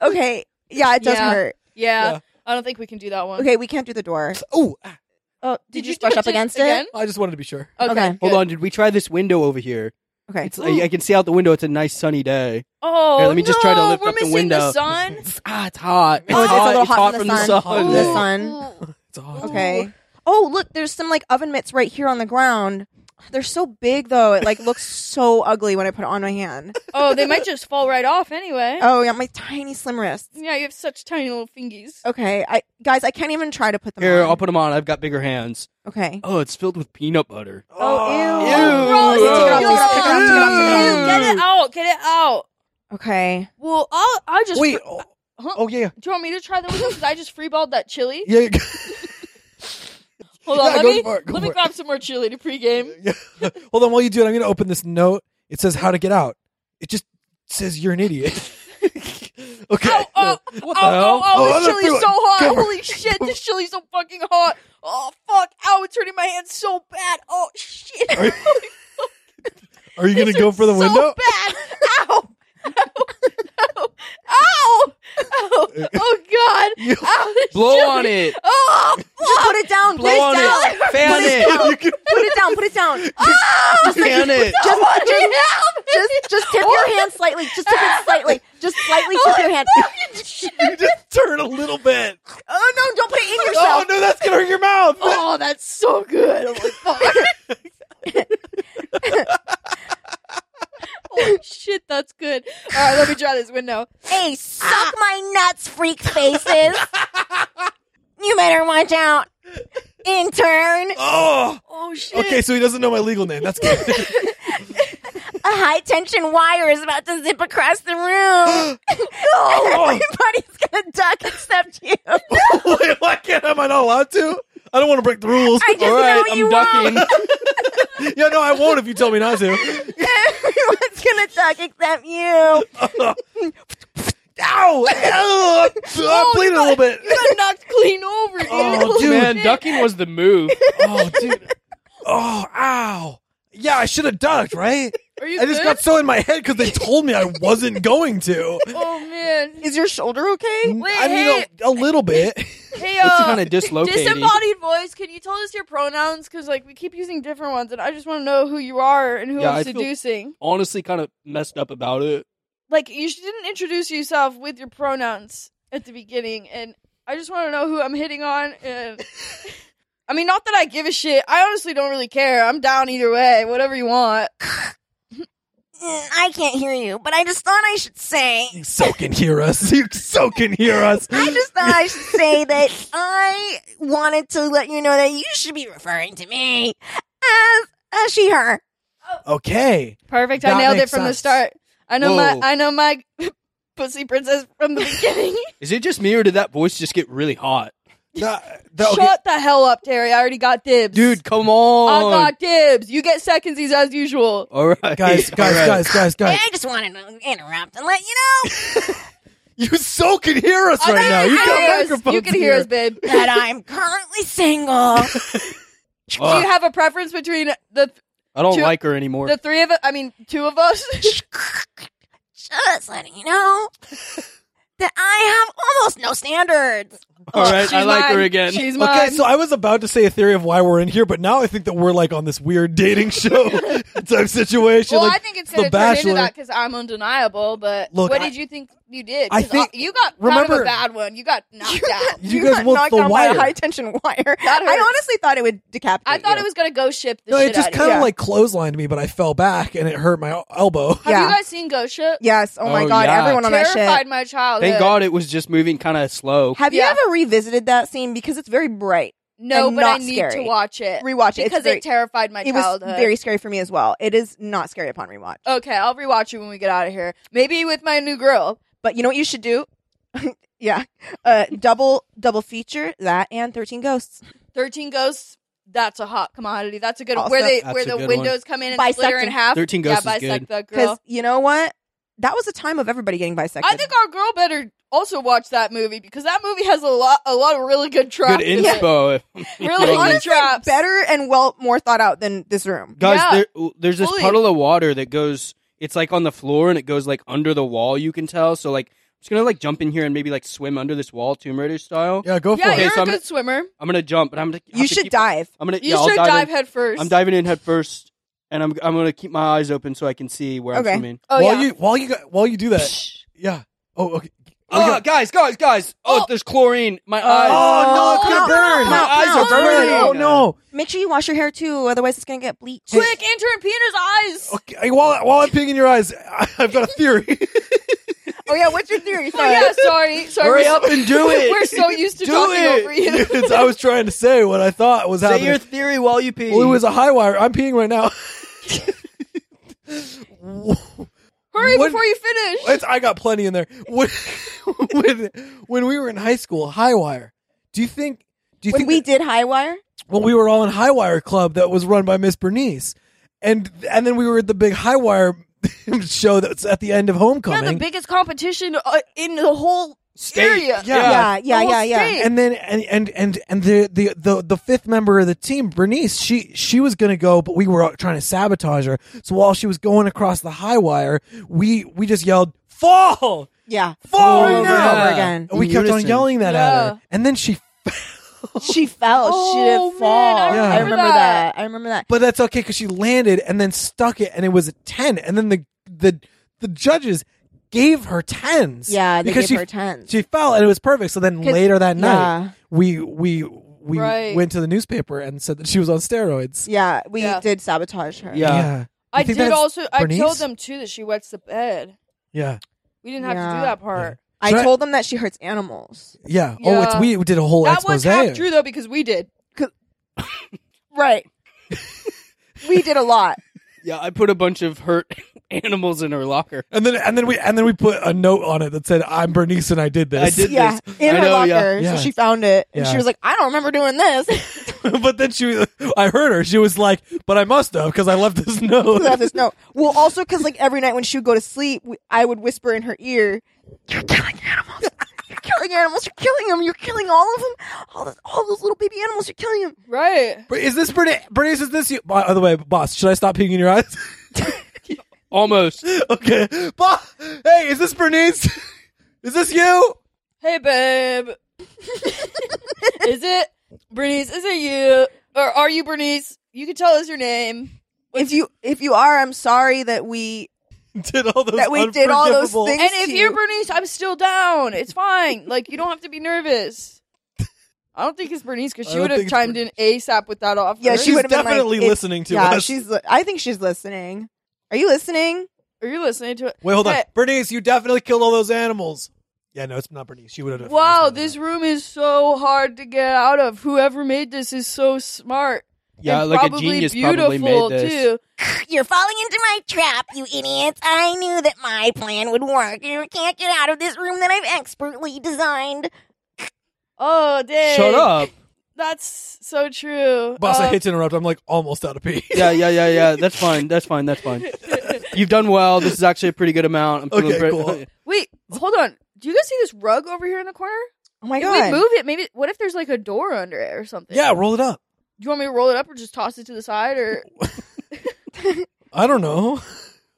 S1: okay. Yeah, it does
S2: Yeah.
S1: hurt.
S2: Yeah.
S4: Yeah.
S2: I don't think we can do that one.
S1: Okay, we can't do the door.
S4: Oh, ah,
S1: Oh, did, you, just
S2: touch
S1: brush up
S2: it
S1: against
S2: again?
S1: it?
S4: I just wanted to be sure.
S2: Okay.
S1: Okay.
S3: Hold
S2: good.
S3: on, did we try this window over here?
S1: Okay.
S3: It's I, I can see out the window. It's a nice sunny day.
S2: Oh,
S3: Here, let me
S2: no,
S3: just try to lift
S2: we're
S3: up the
S2: missing
S3: window. *laughs*
S2: sun.
S3: Ah, it's hot.
S1: Oh, it's a little hot from the sun.
S4: From
S1: the
S3: Yeah.
S1: sun.
S4: It's all
S1: Okay. Oh, look, there's some like oven mitts right here on the ground. They're so big though. It like looks so ugly when I put it on my hand.
S2: oh, they might just fall right off anyway.
S1: Oh, yeah, my tiny slim wrists.
S2: Yeah, you have such tiny little fingies.
S1: Okay, I guys, I can't even try to put them
S3: Here,
S1: on.
S3: I'll put them on. I've got bigger hands.
S1: okay.
S3: Oh, it's filled with peanut butter.
S1: Oh,
S3: Ew.
S1: Gross. Take it off, take it off, take it off, take it off.
S2: Ew, Get it out. Get it out.
S1: Okay.
S2: Well, I'll, I just.
S4: Wait.
S2: fr-
S4: Oh,
S2: huh?
S4: oh, yeah.
S2: Do you want me to try the window? Because I just freeballed that chili.
S4: Yeah. yeah.
S2: Hold on.
S4: Yeah,
S2: let
S4: go
S2: me,
S4: for it, go
S2: let me
S4: for it.
S2: grab some more chili to pregame.
S4: Yeah. *laughs* Hold on, while you do it, I'm going to open this note. It says how to get out. It just says you're an idiot. *laughs* okay.
S2: Oh, oh,
S4: what the
S2: Oh,
S4: hell?
S2: oh, oh,
S4: I
S2: this
S4: don't
S2: chili's
S4: feel
S2: so
S4: it.
S2: hot.
S4: Go for it.
S2: Holy shit, this chili's so fucking hot. Oh, fuck. Ow, it's hurting my hand so bad. Oh, shit. *laughs*
S4: Are you going to go for
S1: *laughs*
S4: the
S2: so
S4: window?
S2: bad. Ow.
S4: *laughs*
S2: Oh God!
S4: You-
S2: Ow,
S3: Blow
S2: shoot.
S3: on it.
S2: Oh,
S1: Just put it down.
S3: Blow
S1: put it
S3: on
S1: down.
S3: it. Fan it.
S4: You can-
S1: Put it down. Put it down.
S3: Fan it.
S1: Just, just, just, just tip your hand slightly. Just tip it slightly. Just slightly tip your hand.
S4: you just turn a little bit.
S1: Oh no! Don't put it in
S4: Oh
S1: yourself.
S4: no, that's gonna hurt your mouth.
S1: *laughs*
S2: oh, that's so good. Oh, I'm like, fuck.
S4: *laughs*
S2: Holy shit, that's good. All right, let me try this window.
S5: Hey, suck my nuts, freak
S1: *laughs*
S5: faces. you better watch out. Intern, a
S4: Oh,
S2: Oh shit.
S4: okay. So he doesn't know my legal name.
S1: *laughs*
S4: That's good.
S5: high tension wire is about to zip across the room. *laughs*
S1: Oh,
S4: *laughs* Oh.
S5: Everybody's gonna duck except you. *laughs*
S4: Wait, why can't am I not allowed to? I don't want to break the rules.
S5: I just
S3: All right,
S5: know
S3: I'm
S5: you won't.
S3: ducking.
S4: yeah, no, I won't if you tell me
S1: *laughs*
S4: not to. *laughs*
S5: Everyone's gonna duck except you.
S4: Ow! Ow! *laughs* I bleed a little bit.
S2: I got knocked clean over, dude.
S4: Oh, dude.
S3: Man, ducking was the move.
S4: Oh, dude. Oh, ow. Yeah, I should have ducked, right?
S2: Are you
S4: I just
S2: good?
S4: got so in my head because they told me I wasn't going to.
S2: Oh man.
S1: Is your shoulder okay?
S2: Wait,
S4: I mean,
S2: hey,
S4: a, a little bit.
S2: hey,
S3: It's
S2: uh,
S3: kind of dislocated.
S2: disembodied voice. Can you tell us your pronouns? Because like we keep using different ones, and I just want to know who you are and who
S3: Yeah,
S2: I'm
S3: I feel-
S2: seducing.
S3: Honestly, kind of messed up about it.
S2: Like you sh- didn't introduce yourself with your pronouns at the beginning, and I just want to know who I'm hitting on. *laughs* And I mean, not that I give a shit. I honestly don't really care. I'm down either way. Whatever you want.
S5: Mm, I can't hear you, but I just thought I should say.
S4: You so can hear us. You so can hear us.
S5: I just thought I should say that I wanted to let you know that you should be referring to me as a she, her.
S4: Okay.
S2: Perfect.
S4: That
S2: I nailed it
S4: makes
S2: from the
S4: sense.
S2: start. I know
S3: Whoa.
S2: my I know my *laughs* pussy princess from the beginning.
S3: Is it just me or did that voice just get really hot?
S4: That- *laughs* that- okay.
S2: Shut the hell up, Terry. I already got dibs.
S3: Dude, come
S2: I
S3: on.
S2: got dibs. You get secondsies as usual.
S3: All right.
S4: Guys,
S3: All
S4: guys,
S3: right.
S4: guys, guys, guys.
S5: I just wanted to interrupt and let you know
S4: You so can hear us right now. You got
S2: I can hear us.
S4: microphones
S2: You can hear
S4: *laughs*
S2: us, babe.
S1: *laughs*
S5: that I'm currently single.
S2: Do you have a preference between the
S3: I don't
S2: Two-
S3: like her anymore.
S2: the three of us? I mean, two of us.
S4: *laughs*
S5: Just letting you know that I have almost no standards.
S3: All right,
S2: She's
S3: I like her
S2: mine.
S3: again.
S2: She's mine.
S4: Okay, so I was about to say a theory of why we're in here, but now I think that we're like on this weird dating
S2: *laughs*
S4: show type situation.
S2: well, I
S4: like,
S2: think it's
S4: The
S2: going to turn into
S4: Bachelor.
S2: that because I'm undeniable. But
S4: Look,
S2: what
S4: I-
S2: did you think you did?
S4: I
S2: 'Cause uh,
S4: think-
S2: you got kind of
S4: remember-
S2: a bad one. You got knocked out.
S4: you guys
S1: got
S4: want
S1: knocked
S4: the
S1: down by
S4: wire.
S1: a high tension *laughs* wire. I
S2: hurts.
S1: honestly thought it would decapitate.
S2: I thought
S1: you.
S2: it was going to ghost ship. The
S4: no,
S2: shit
S4: it just
S2: out of
S4: kind
S2: you.
S4: of like clotheslined me, but I fell back and it hurt my elbow. *laughs*
S2: Have
S1: Yeah.
S2: you guys seen Ghost Ship?
S1: Yes. Oh my
S3: Oh,
S1: god!
S3: yeah.
S1: Everyone on that shit.
S2: Terrified my childhood.
S3: Thank God it was just moving kind of slow.
S1: Have
S2: Yeah.
S1: you ever revisited that scene because it's very bright?
S2: No,
S1: and
S2: but I
S1: not
S2: need to
S1: scary.
S2: watch it
S1: Rewatch it. It's
S2: because
S1: very-
S2: it terrified my
S1: it was
S2: childhood.
S1: very scary for me as well. It is not scary upon rewatch.
S2: Okay, I'll rewatch it when we get out of here. Maybe with my new girl.
S1: But you know what you should do? *laughs* yeah, uh, double double feature that and Thirteen Ghosts.
S2: Thirteen Ghosts. That's a hot commodity. That's a good one. Where
S1: Also-
S2: they
S3: That's
S2: where
S3: a
S2: the
S3: good
S2: windows come in and split her in
S1: Bisecting.
S2: half.
S3: 13 Ghosts
S2: yeah,
S3: is
S2: bisect
S3: good.
S2: that
S1: Because
S2: girl.
S1: you know what? That was a time of everybody getting bisected.
S2: I think our girl better also watch that movie because that movie has a lot a lot of really good traps.
S3: Good
S2: in it.
S3: inspo. *laughs*
S2: Really good
S1: Honestly,
S2: traps.
S1: better and well more thought out than this room.
S3: Guys,
S2: Yeah.
S3: there, there's this
S2: Fully.
S3: puddle of water that goes. It's like on the floor and it goes like under the wall. You can tell. So like, I'm just gonna like jump in here and maybe like swim under this wall, Tomb Raider style.
S4: Yeah, go
S2: Yeah,
S4: for
S2: you're
S4: it.
S3: so
S2: a
S3: I'm-
S2: good swimmer.
S3: I'm gonna jump, but I'm gonna. have
S1: You
S3: to
S1: should
S3: keep-
S1: dive.
S3: I'm gonna.
S2: You
S3: yeah, I'll
S2: should
S3: dive,
S2: dive
S3: in.
S2: head first.
S3: I'm diving in head first, and I'm I'm gonna keep my eyes open so I can see where
S1: Okay.
S3: I'm swimming.
S2: Oh
S4: while
S2: yeah.
S4: you while you got- while you do that, yeah. Oh, okay. Oh,
S3: Oh,
S4: yeah.
S3: guys, guys, guys! Oh,
S2: Oh.
S3: there's chlorine. My
S4: Oh,
S3: eyes.
S4: no, it's gonna
S1: no,
S4: burn.
S1: no,
S3: My
S1: no,
S3: eyes
S1: no,
S3: are burning.
S4: Oh no!
S1: Make sure you wash your hair too, otherwise it's gonna get bleached.
S2: Quick, intern Peter's eyes.
S4: Okay, while while I'm peeing in your eyes, *laughs* I, I've got a theory.
S1: *laughs* Oh yeah, what's your theory?
S2: Oh yeah, sorry. Sorry.
S3: Hurry
S2: we're
S3: up
S2: so-
S3: and do it.
S2: *laughs* We're so used to
S3: Do
S2: talking
S3: it. *laughs*
S2: over you.
S4: *laughs* It's- I was trying to say what I thought was
S3: Say
S4: happening.
S3: your theory while you pee.
S4: well, it was a high wire. I'm peeing right now. *laughs*
S2: Hurry
S4: What-
S2: before you finish.
S4: It's, I got plenty in there. *laughs* When, when when we were in high school, Highwire. Do you think? Do you
S1: When
S4: think
S1: we
S4: that-
S1: did high wire,
S4: when we were all in Highwire Club that was run by Miss Bernice, and and then we were at the big Highwire *laughs* show that's at the end of
S2: Yeah,
S4: Homecoming.
S2: the biggest competition uh, in the whole area.
S1: yeah,
S4: Yeah.
S1: yeah,
S2: The whole
S1: yeah, yeah.
S2: state.
S4: and then and and and and the, the the the fifth member of the team, Bernice, she she was gonna go, but we were trying to sabotage her. So while she was going across the high wire, we we just yelled "fall,"
S1: Yeah.
S4: Fall
S1: over and
S4: over.
S1: over
S3: Yeah.
S1: again.
S4: And we
S3: In
S4: kept on
S3: unison.
S4: yelling that at
S2: Yeah.
S4: her. And then she
S1: She fell. she
S2: Oh,
S1: didn't
S2: man,
S1: fall. I
S4: Yeah.
S2: I remember
S1: remember that.
S2: that.
S1: I remember that.
S4: But that's okay because she landed and then stuck it, and it was a ten. And then the the the judges gave her tens.
S1: Yeah, they
S4: because
S1: gave
S4: she
S1: her tens.
S4: she fell and it was perfect. So then
S1: 'Cause-
S4: later that night,
S1: Yeah.
S4: we we we
S2: Right.
S4: went to the newspaper and said that she was on steroids.
S1: Yeah, we
S2: Yeah.
S1: did sabotage her.
S3: Yeah.
S2: I
S4: think
S2: did
S4: that's
S2: also. I
S4: Bernice?
S2: told them too that she wets the bed.
S4: yeah,
S2: We didn't have to
S1: Yeah.
S2: do that part.
S1: I
S4: Should I-
S1: told them that she hurts animals.
S4: yeah, Oh,
S2: Yeah.
S4: it's we did a whole
S2: That
S4: expose.
S2: was half true though because we *laughs* did.
S1: Right. we did a lot.
S3: Yeah, I put a bunch of hurt *laughs* animals in her locker.
S4: and then and then we and then we put a note on it that said, "I'm Bernice and I did this."
S3: I did
S1: yeah.
S3: this.
S1: In
S3: I
S1: her
S3: know, yeah.
S1: locker.
S4: Yeah.
S1: So she found it. And
S4: Yeah.
S1: she was like, I don't remember doing this.
S4: *laughs* but then she, I heard her. She was like, "But I must have because I left this *laughs* note."
S1: left this note. Well, also because like every night when she would go to sleep, we, I would whisper in her ear, "You're killing animals. You're killing animals. You're killing them. You're killing all of them. All those, all those little baby animals. You're killing them."
S2: Right.
S4: But Is this Bernice? Bernice, is this you? By the way, boss, should I stop peeing in your eyes? *laughs*
S3: Almost.
S4: okay. Boss, hey, is this Bernice? *laughs* is this you? *laughs*
S2: Hey, babe.
S1: *laughs*
S2: is it Bernice? Is it you? Or are you Bernice? You can tell us your name.
S1: If you if you are, I'm sorry that we
S4: Did all those
S1: that we did all those
S4: unforgivable-
S1: things.
S2: And if
S1: to
S2: you're
S1: you.
S2: Bernice, I'm still down. It's fine. Like, you don't have to be nervous. I don't think it's Bernice because
S4: I
S2: she
S4: don't
S2: would
S4: think
S2: have
S4: it's
S2: chimed in ASAP with that offer.
S1: yeah, she
S4: She's
S1: would have been
S4: definitely
S1: like, it-
S4: listening to
S1: yeah,
S4: us.
S1: she's. li- I think she's listening. Are you listening?
S2: Are you listening to it?
S4: Wait, hold on,
S2: Hey.
S4: Bernice, you definitely killed all those animals. Yeah, no, it's not Bernice. She would have.
S2: Wow, this room is so hard to get out of. Whoever made this is so smart.
S3: Yeah,
S2: and
S3: like a
S2: probably
S3: genius
S2: beautiful
S3: probably made this.
S2: too.
S5: You're falling into my trap, you idiots. I knew that my plan would work. You can't get out of this room that I've expertly designed.
S2: Oh, dang.
S3: Shut up.
S2: That's so true.
S4: Boss, I
S2: Um,
S4: hate to interrupt. I'm like almost out of pee. *laughs*
S3: Yeah, yeah, yeah, yeah. That's fine. That's fine. That's fine. You've done well. This is actually a pretty good amount. I'm feeling
S4: Okay,
S3: pre-
S4: cool.
S2: Wait, hold on. Do you guys see this rug over here in the corner?
S1: Oh my
S2: If
S1: god!
S2: we move it, maybe. What if there's like a door under it or something?
S4: yeah, roll it up.
S2: Do you want me to roll it up or just toss it to the side? Or
S4: I don't know.
S3: *laughs*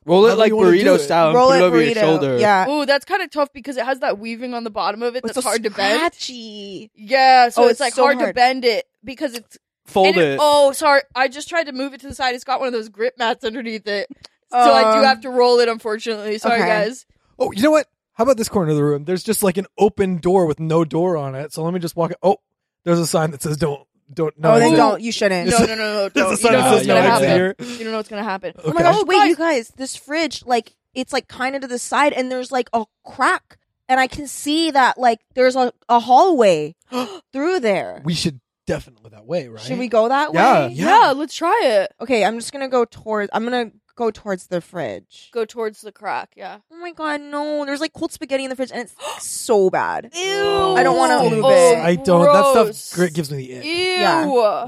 S3: Roll
S4: How
S3: it
S4: do
S3: like
S4: you wanna do
S3: burrito
S4: it?
S3: style
S1: Roll
S3: and put
S1: it
S3: it over
S1: burrito.
S3: your shoulder.
S1: *laughs* Yeah,
S2: oh, that's kind of tough because it has that weaving on the bottom of it
S1: It's
S2: that's
S1: so
S2: hard to bend.
S1: scratchy.
S2: Yeah, so
S1: Oh,
S2: it's,
S1: it's
S2: like
S1: so
S2: hard,
S1: hard.
S2: to bend it because it's.
S3: Fold
S2: and
S3: it.
S2: Oh, sorry. I just tried to move it to the side. It's got one of those grip mats underneath it, so I
S1: Um,
S2: do have to roll it. Unfortunately, sorry
S1: okay. *laughs*
S2: guys.
S4: Oh, you know what? How about this corner of the room? There's just like an open door with no door on it. So let me just walk. Oh, there's a sign that says don't, don't. No,
S1: oh, then
S4: exit."
S1: don't. You shouldn't.
S2: No, no, no,
S4: *laughs*
S2: no.
S4: There's
S2: don't.
S4: a
S2: You
S4: sign
S2: don't
S4: that
S3: know
S4: says
S2: what's
S4: no
S2: gonna
S3: don't
S4: exit
S2: happen.
S3: happen.
S4: here.
S2: You don't know what's gonna happen.
S1: Oh my
S4: Okay.
S1: gosh,
S2: Oh,
S1: wait,
S2: guys.
S1: you guys, this fridge, like, it's like kind of to the side and there's like a crack. And I can see that, like, there's a, a hallway through there.
S4: We should definitely that way, right?
S1: Should we go that
S4: Yeah.
S1: way?
S2: Yeah, let's try it.
S1: Okay, I'm just gonna go towards, I'm gonna go towards the fridge.
S2: Go towards the crack. Yeah.
S1: Oh my god, no. There's like cold spaghetti in the fridge and it's *gasps* so
S5: *gasps*
S1: bad.
S2: Ew.
S1: I don't wanna
S4: Oh,
S1: move it.
S4: I don't. That
S2: gross.
S4: stuff gr- gives me the
S2: Ew.
S4: ick.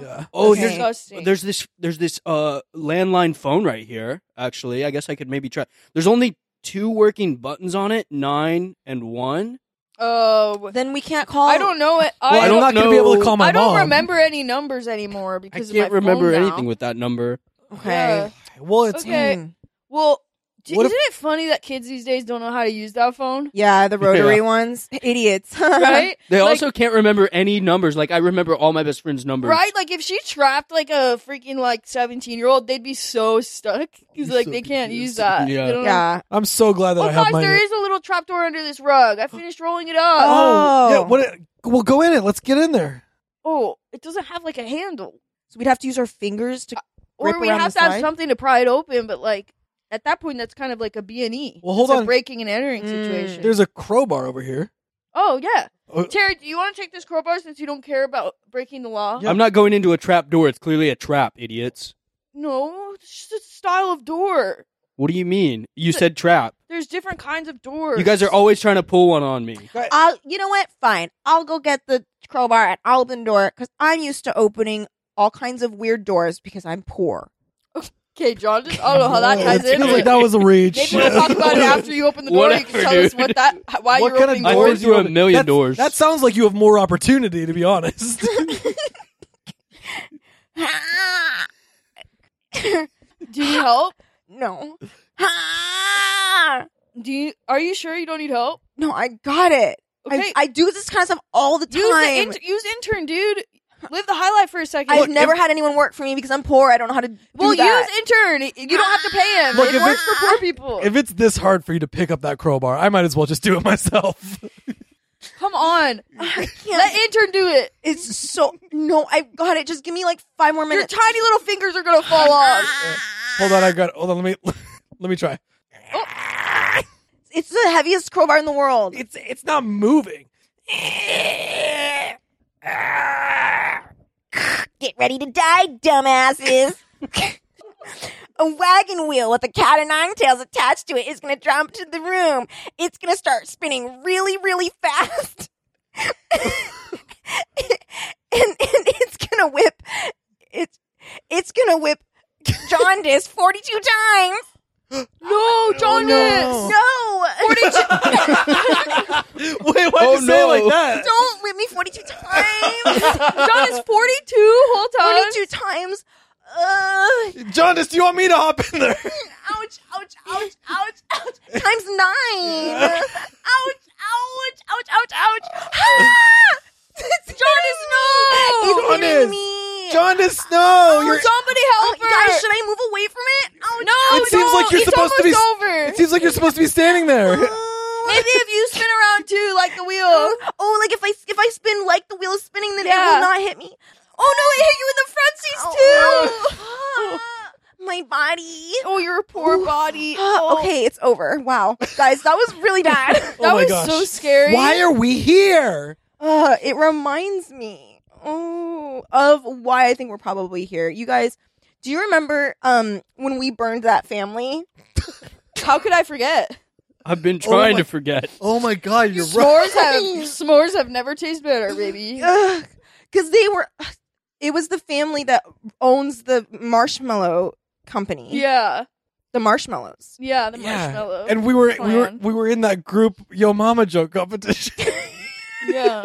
S4: Yeah.
S3: Oh,
S1: Okay.
S3: there's
S2: Disgusting.
S3: there's this there's this uh landline phone right here. Actually, I guess I could maybe try. There's only two working buttons on it, nine and one.
S2: Oh.
S1: Then we can't call.
S2: I don't know it. I
S4: Well, I'm
S2: don't,
S4: not gonna be
S3: know-
S4: able to call my
S2: I don't
S4: mom.
S2: remember any numbers anymore
S3: I
S2: because
S3: can't
S2: of my
S3: remember
S2: phone now.
S3: anything with that number.
S1: Okay. Mm.
S4: Well, it's
S2: Okay. Well, d-
S4: What if-
S2: isn't it funny that kids these days don't know how to use
S1: *laughs*
S2: that phone?
S1: Yeah, the rotary
S3: Yeah.
S1: ones. Idiots. *laughs*
S2: Right?
S3: They
S2: Like-
S3: also can't remember any numbers. Like I remember all my best friends' numbers.
S2: Right, like if she trapped like a freaking like seventeen year old, they'd be so stuck because
S4: You're
S2: like
S4: so
S2: they can't
S4: confused.
S2: use that.
S3: Yeah.
S2: They don't know.
S1: Yeah.
S4: I'm so glad that
S2: Oh
S4: I have
S2: guys,
S4: my.
S2: there is a little trapdoor under this rug. I finished rolling it up.
S4: oh,
S1: Oh.
S4: yeah. What? Well, go in it. Let's get in there.
S2: Oh, it doesn't have like a handle.
S1: So we'd have to use our fingers to.
S2: or
S1: Rip
S2: we
S1: around
S2: have
S1: the
S2: to have
S1: slide?
S2: something to pry it open. But like at that point, that's kind of like a B and E.
S4: Well, hold
S2: It's a
S4: on.
S2: breaking and entering
S1: Mm.
S2: situation.
S4: There's a crowbar over here.
S2: oh yeah,
S4: Oh.
S2: Terry, do you want to take this crowbar since you don't care about breaking the law?
S3: I'm not going into a trap door. It's clearly a trap, idiots.
S2: No, it's just a style of door.
S3: What do you mean? You said trap.
S2: There's different kinds of doors.
S3: You guys are always trying to pull one on me.
S1: I'll, you know what? Fine. I'll go get the crowbar and I'll open the door because I'm used to opening all kinds of weird doors because I'm poor.
S2: okay, John. Just I don't know how that
S4: Whoa,
S2: ties
S4: it
S2: in.
S4: feels like that was a reach.
S2: Maybe we'll talk
S4: *laughs*
S2: about it after you open the door. you can
S3: Whatever,
S2: tell us
S3: dude.
S2: what that why
S4: what
S2: you're
S4: kind of
S2: opening
S3: I've been
S4: doors
S2: doors.
S4: do
S3: through
S4: you
S3: a
S4: open?
S3: million
S4: That's-
S3: doors.
S4: That sounds like you have more opportunity, to be *laughs* honest.
S5: Ah,
S2: Do you need help?
S1: No.
S2: *laughs*
S5: ah.
S2: Do you? Are you sure you don't need help?
S1: No, I got it.
S2: Okay.
S1: I, I do this kind of stuff all the time.
S2: use the inter- use intern, dude. Live the high life for a second.
S1: I've never had anyone work for me because I'm poor. I don't know how to do
S2: well,
S1: that.
S2: use intern. You don't have to pay him.
S4: Look,
S2: it
S4: if
S2: works for poor people.
S4: If it's this hard for you to pick up that crowbar, I might as well just do it myself. *laughs*
S2: Come on, *laughs*
S1: I can't.
S2: let intern do it.
S1: it's so no. I got it. Just give me like five more
S2: Your
S1: minutes.
S2: tiny little fingers are gonna
S4: *laughs*
S2: fall off.
S4: hold on, I got. Hold on, let me *laughs* let me try.
S1: it's the heaviest crowbar in the world.
S4: It's it's not moving.
S5: Get ready to die, dumbasses. a wagon wheel with a cat and nine tails attached to it is going to jump to the room. It's going to start spinning really, really fast. and, and it's going to whip. It's, it's going to whip jaundice 42 times.
S2: No, John.
S4: Oh,
S5: No. 42.
S4: *laughs* Wait, why would
S7: Oh,
S4: you say it like that?
S5: Don't whip me 42
S2: *laughs*
S5: times.
S2: John is forty-two whole time.
S5: 42 times. Ugh.
S4: Jaundice, do you want me to hop in *laughs* there?
S5: ouch, ouch, ouch, ouch, ouch,
S4: *laughs*
S5: times nine. ouch, ouch, ouch, ouch, ouch. Ah! *laughs* John is no. It's
S4: John
S5: hitting
S4: is-
S5: me.
S4: Jaundice, no.
S2: Oh,
S4: You're,
S2: somebody
S5: Oh,
S2: help her.
S5: guys, should I move away from it? Ouch.
S2: no,
S4: It seems
S2: don't.
S4: like you're
S2: it's
S4: supposed to be-
S2: almost Over.
S4: it seems like you're supposed to be standing there.
S2: Maybe if you spin around too, like the wheel.
S4: *laughs*
S5: Oh, like if I if I spin like the wheel is spinning, then it
S2: Yeah.
S5: will not hit me.
S2: Oh no, it hit you in the front seats
S4: Oh,
S2: too.
S5: Ah, my body.
S2: Oh, your poor
S4: *gasps*
S2: body.
S1: Ah,
S2: Oh,
S1: okay, it's over. Wow, guys, that was
S2: *laughs*
S1: really bad.
S2: that
S4: Oh my
S2: was
S4: gosh.
S2: so scary.
S4: Why are we here?
S1: Uh, it reminds me oh, of why I think we're probably here. You guys, do you remember um when we burned that family?
S2: How could I forget?
S3: I've been trying to forget.
S7: Oh my god, you're right.
S4: *laughs*
S2: S'mores have s'mores have never tasted better, baby.
S1: *sighs* Because they were, *sighs* it was the family that owns the marshmallow company.
S2: Yeah,
S1: the marshmallows.
S2: yeah, the
S4: Yeah.
S2: marshmallow.
S4: And we were we were
S2: Plan.
S4: we were in that group Yo Mama joke competition.
S2: yeah.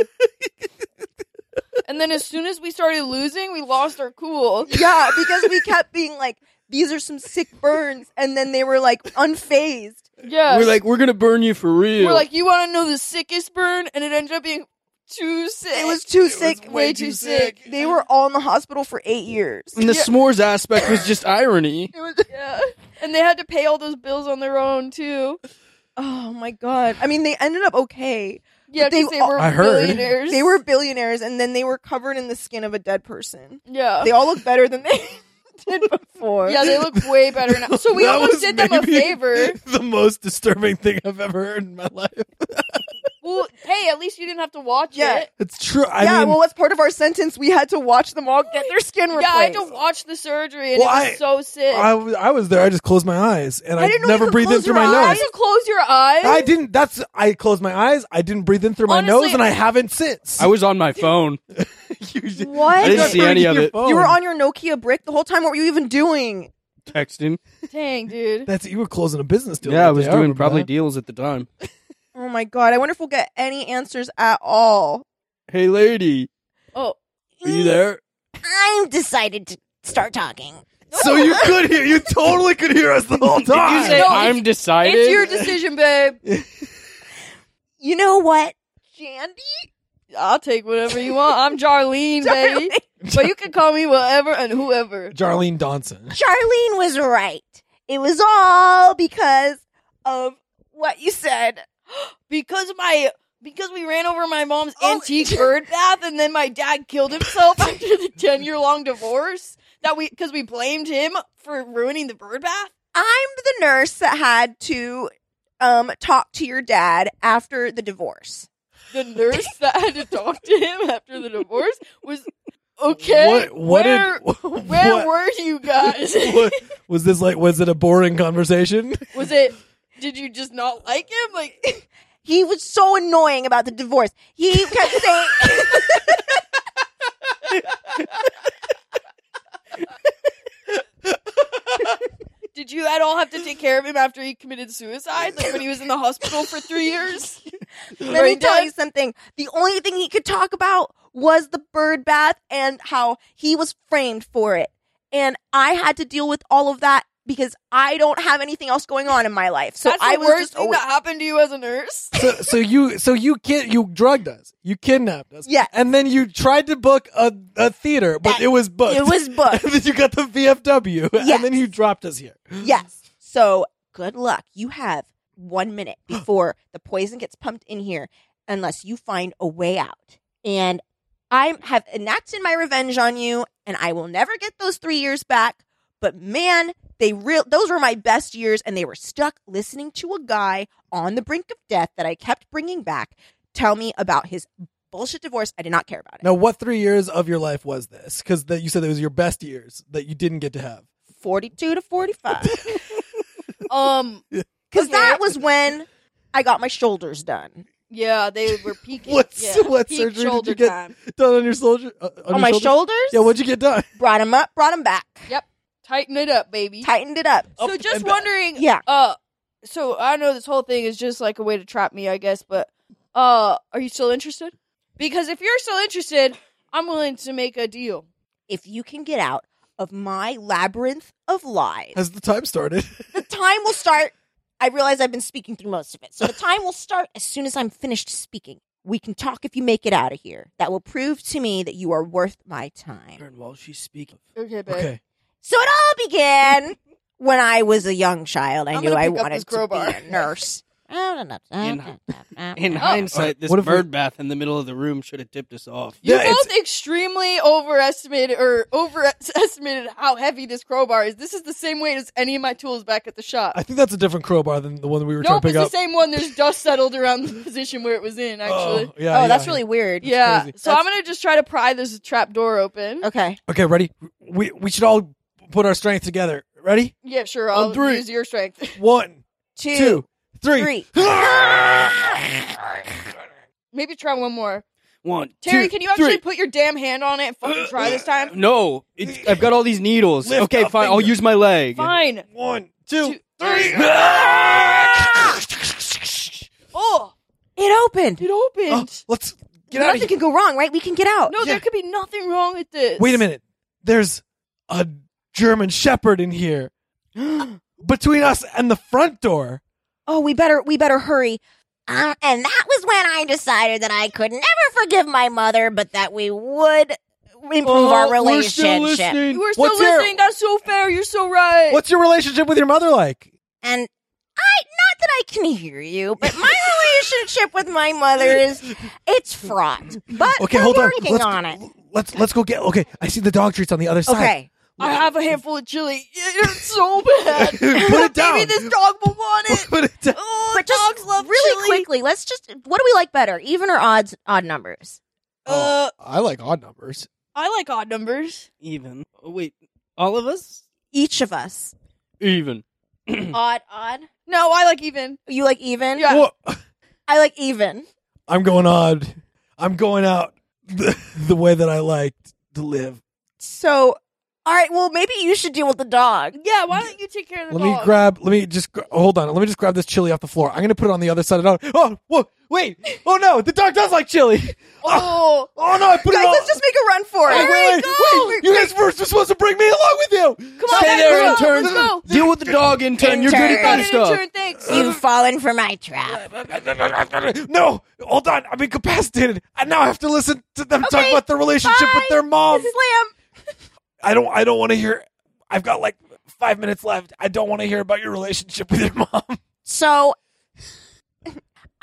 S2: *laughs* and then as soon as we started losing, we lost our cool.
S1: Yeah, because we kept being like, these are some sick burns, and then they were like unfazed.
S2: Yeah,
S3: We're like, we're gonna burn you for real.
S2: we're like, you want to know the sickest burn, and it ended up being too sick.
S1: It was too sick.
S2: way too sick.
S1: They were all in the hospital for eight years.
S3: and the s'mores aspect was just irony.
S2: It was *laughs* yeah, and they had to pay all those bills on their own too.
S1: Oh my god! I mean, they ended up okay.
S2: Yeah,
S1: But they
S2: because they,
S1: all-
S2: were
S4: I heard.
S2: billionaires.
S1: They
S2: *laughs*
S1: were billionaires, and then they were covered in the skin of a dead person.
S2: yeah.
S1: They all look better than they *laughs* did before.
S2: yeah, they look way better now. *laughs* So we
S4: *laughs* That
S2: almost
S4: was
S2: did them a
S4: maybe
S2: favor.
S4: *laughs* the most disturbing thing I've ever heard in my life.
S2: Well, hey, at least you didn't have to watch
S1: Yeah.
S2: it.
S4: It's true. I
S1: yeah.
S4: mean,
S1: well, that's part of our sentence. We had to watch them all get their skin replaced.
S2: Yeah, I had to watch the surgery, and
S4: Well,
S2: it was
S4: I-
S2: so sick.
S4: I, was- I was there. I just closed my eyes and I,
S1: didn't know you
S4: never
S1: could
S4: breathed in
S1: close
S4: through
S1: your
S4: my
S2: Why
S4: nose.
S2: do you close your eyes?
S4: I didn't. That's I closed my eyes. I didn't breathe in through my
S2: Honestly-
S4: nose, and I haven't since.
S3: I was on my phone.
S4: *laughs* You did-
S1: What?
S3: I
S4: you got
S3: didn't see
S4: burned
S3: any
S4: in
S3: of
S4: your
S3: it.
S4: phone.
S1: You were on your Nokia brick the whole time. What were you even doing?
S3: Texting.
S2: Dang, dude.
S4: That's you were closing a business deal.
S3: Yeah,
S4: that
S3: I was
S4: day.
S3: doing
S4: remember
S3: probably
S4: that.
S3: deals at the time.
S1: Oh my god! I wonder if we'll get any answers at all.
S3: Hey, lady,
S2: Oh,
S3: are you there?
S5: I've decided to start talking.
S4: So you could hear. You totally could hear *laughs* us the whole time.
S3: You say
S2: No,
S3: I'm decided.
S2: it's your decision, babe.
S5: You know what?
S1: Jandy,
S2: I'll take whatever you want. I'm Jarlene, baby. But you can call me whatever and whoever.
S4: Jarlene Donson.
S5: Charlene was right. It was all because of what you said.
S2: Because my because we ran over my mom's antique bird bath and then my dad killed himself *laughs* after the 10 year long divorce that we because we blamed him for ruining the bird bath.
S1: I'm the nurse that had to um talk to your dad after the divorce.
S2: The nurse that had to talk to him after the divorce was okay.
S4: What? What
S2: where,
S4: did?
S2: where
S4: *laughs* what-
S2: were you
S4: *laughs*
S2: guys?
S4: what- was this like? Was it a boring conversation?
S2: was it did you just not like him? Like
S1: He was so annoying about the divorce. He
S2: *laughs*
S1: kept saying
S2: did you at all have to take care of him after he committed suicide? Like when he was in the hospital for three *laughs* years?
S1: Let me tell you something. The only thing he could talk about was the bird bath and how he was framed for it. And I had to deal with all of that because I don't have anything else going on in my life. So
S2: That's
S1: I
S2: the
S1: was
S2: worst
S1: just
S2: thing
S1: always-
S2: that happened to you as a nurse.
S4: *laughs* So, so you so you kid you drugged us, you kidnapped us,
S1: Yes.
S4: and then you tried to book a, a theater, but
S1: That-
S4: it was
S1: *laughs*
S4: booked.
S1: it was
S4: *laughs* and
S1: booked.
S4: then you got the VFW,
S1: Yes.
S4: and then you dropped us here.
S1: yes. So good luck. You have one minute before the poison gets pumped in here, unless you find a way out. And I have enacted my revenge on you, and I will never get those three years back. But man, they real those were my best years, and they were stuck listening to a guy on the brink of death that I kept bringing back tell me about his bullshit divorce. I did not care about it.
S4: Now, what three years of your life was this? Because you said that was your best years that you didn't get to have.
S1: Forty-two to forty-five.
S2: Um,
S1: Because
S2: Okay.
S1: that was when I got my shoulders done.
S2: yeah, they *laughs* were peaking.
S4: What's-
S2: yeah,
S4: what
S2: peak
S4: surgery did you
S2: shoulder
S4: get?
S2: Time.
S4: Done on your soldier? Uh,
S1: On,
S4: your
S1: my
S4: shoulder?
S1: shoulders?
S4: Yeah, what'd you get done? *laughs*
S1: Brought them up, brought them back.
S2: Tighten it up, baby.
S1: Tightened it up.
S2: so just wondering,
S1: Yeah.
S2: Uh, so I know this whole thing is just like a way to trap me, I guess. But uh, are you still interested? Because if you're still interested, I'm willing to make a deal.
S1: If you can get out of my labyrinth of lies,
S4: Has the
S1: *laughs*
S4: time started?
S1: the time will start. I realize I've been speaking through most of it.
S2: *laughs*
S1: So the time will start as soon as I'm finished speaking. We can talk if you make it out of here. That will prove to me that you are worth my time.
S3: Turn while she's speaking.
S2: Okay, babe.
S4: okay.
S1: So it all
S2: *laughs*
S1: began when I was a young child. I
S2: I'm
S1: knew
S2: gonna
S1: I
S2: pick up
S1: wanted
S2: this
S1: to be
S2: crowbar.
S1: a
S2: *laughs*
S1: nurse. Oh,
S3: In-
S2: Oh.
S3: In hindsight, this
S4: What if we-
S3: bird bath in the middle of the room should have tipped us off.
S2: You
S4: Yeah, it's-
S2: both extremely overestimated or overestimated how heavy this crowbar is. This is the same weight as any of my tools back at the shop.
S4: I think that's a different crowbar than the one that we were trying
S2: nope,
S4: to
S2: it's
S4: pick up.
S2: the same one. There's dust settled around the *laughs* position where it was in. Actually,
S4: Oh, yeah,
S1: oh, that's
S4: yeah.
S1: really weird.
S2: yeah.
S4: crazy.
S2: So I'm gonna just try to pry this trap door open.
S1: Okay.
S4: Okay, ready? We we should all put our strength together. Ready?
S2: Yeah, sure.
S4: On
S2: I'll
S4: three.
S2: use your strength. *laughs*
S4: One,
S1: Two.
S4: two, three.
S1: three.
S2: Maybe try one more.
S3: One,
S2: Terry,
S3: two,
S2: can you actually
S3: three.
S2: put your damn hand on it and fucking
S4: *clears throat*
S2: try this time?
S3: No, it's, I've got all these needles.
S4: Lift
S3: okay,
S4: a
S3: fine. I'll
S4: finger.
S3: use my leg.
S2: Fine.
S4: *laughs* One, two, *laughs*
S2: Oh,
S1: It opened.
S2: it opened.
S4: Oh, let's get out
S1: Nothing
S4: of
S1: can
S4: here.
S1: go wrong, right? We can get out.
S2: no, there could be nothing wrong with this.
S4: Oh, Wait a minute. There's a German Shepherd in here between us and the front door.
S1: Oh, we better we better hurry.
S5: Uh, and that was when I decided that I could never forgive my mother, but that we would improve
S2: Oh,
S3: Oh,
S5: our relationship.
S2: You were still
S4: What's your-
S2: listening. That's so fair. You're so right.
S4: What's your relationship with your mother like?
S5: And I, not that I can hear you, but
S1: *laughs*
S5: my relationship with my mother is, it's fraught. But
S4: Okay,
S5: we're
S4: hold on.
S5: working
S4: Let's,
S5: on it.
S4: let's let's go get. Okay, I see the dog treats on the other side.
S5: Okay.
S4: *laughs*
S2: I have a handful of chili. *laughs* It hurts so bad.
S4: Put it down.
S2: Maybe this dog will want it.
S4: Put it down.
S2: Oh,
S5: But just
S2: dogs love
S5: really
S2: chili.
S5: quickly, let's just, what do we like better? Even or odds, odd numbers?
S2: Uh,
S4: I like odd numbers.
S2: I like odd numbers.
S3: Even. Oh, wait, all of us?
S1: Each of us.
S3: Even.
S2: Odd, odd. No, I like even.
S1: You like even?
S2: Yeah.
S4: Wha-
S1: I like even.
S4: *laughs* I'm going odd. I'm going out the, *laughs* the way that I liked to live.
S1: So, all right. Well, maybe you should deal with the dog.
S2: Yeah. Why don't you take care of the
S4: Let
S2: dog?
S4: me grab. Let me just gra- hold on. Let me just grab this chili off the floor. I'm gonna put it on the other side of the Oh, whoa, wait. Oh no, the dog does like chili. Oh,
S2: Oh.
S4: oh no, I put
S1: Guys,
S4: it on.
S1: let's just make a run for it.
S4: wait, wait, wait, wait. You guys were supposed to bring me along with you.
S2: Come on,
S3: Stay
S2: guys,
S3: there,
S2: let's go,
S3: intern.
S2: let's go.
S3: Deal with the dog, intern. You're good at
S2: Got
S3: that
S2: it,
S3: stuff.
S2: intern, thanks.
S5: You've fallen for my trap.
S4: No, hold on. I'm incapacitated. I now have to listen to them talk
S1: Okay,
S4: about their relationship with
S1: bye.
S4: their
S1: *laughs*
S4: mom.
S1: Slam.
S4: I don't. I don't want to hear. I've got like five minutes left. I don't want to hear about your relationship with your *laughs* mom.
S1: So, *laughs*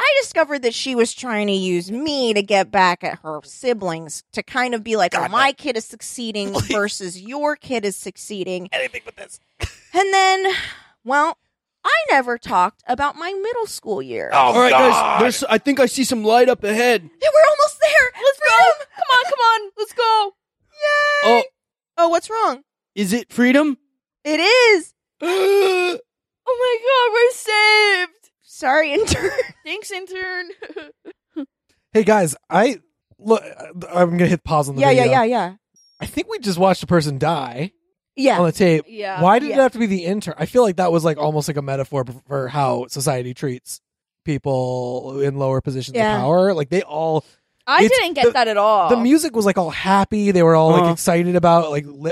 S1: I discovered that she was trying to use me to get back at her siblings to kind of be like,
S4: God,
S1: oh, my kid is succeeding versus your kid is succeeding.
S4: Anything but this.
S1: And then, well, I never talked about my middle school year.
S4: Oh,
S3: All right,
S4: God.
S3: guys. There's, I think I see some light up ahead.
S1: Yeah, we're almost there.
S2: *laughs*
S1: Let's go.
S2: Come on, come on, let's go.
S3: Oh,
S1: Oh, what's wrong?
S3: is it freedom?
S1: It is.
S3: oh
S2: Oh my god, we're saved.
S1: Sorry, *laughs* intern.
S2: Thanks, intern.
S4: Hey guys, I look. I'm gonna hit pause on the
S1: yeah, yeah,
S4: video.
S1: yeah, yeah.
S4: I think we just watched a person die on
S1: Yeah.
S4: the tape.
S2: *laughs* yeah.
S4: Why did it
S1: yeah.
S4: have to be the intern? I feel like that was like almost like a metaphor for how society treats people in lower positions
S1: Yeah. Oh.
S4: of power. Like they all,
S2: I
S4: It's
S2: didn't get
S4: the-
S2: that at all.
S4: the music was like all happy. They were all
S3: Uh-huh.
S4: like excited about like li-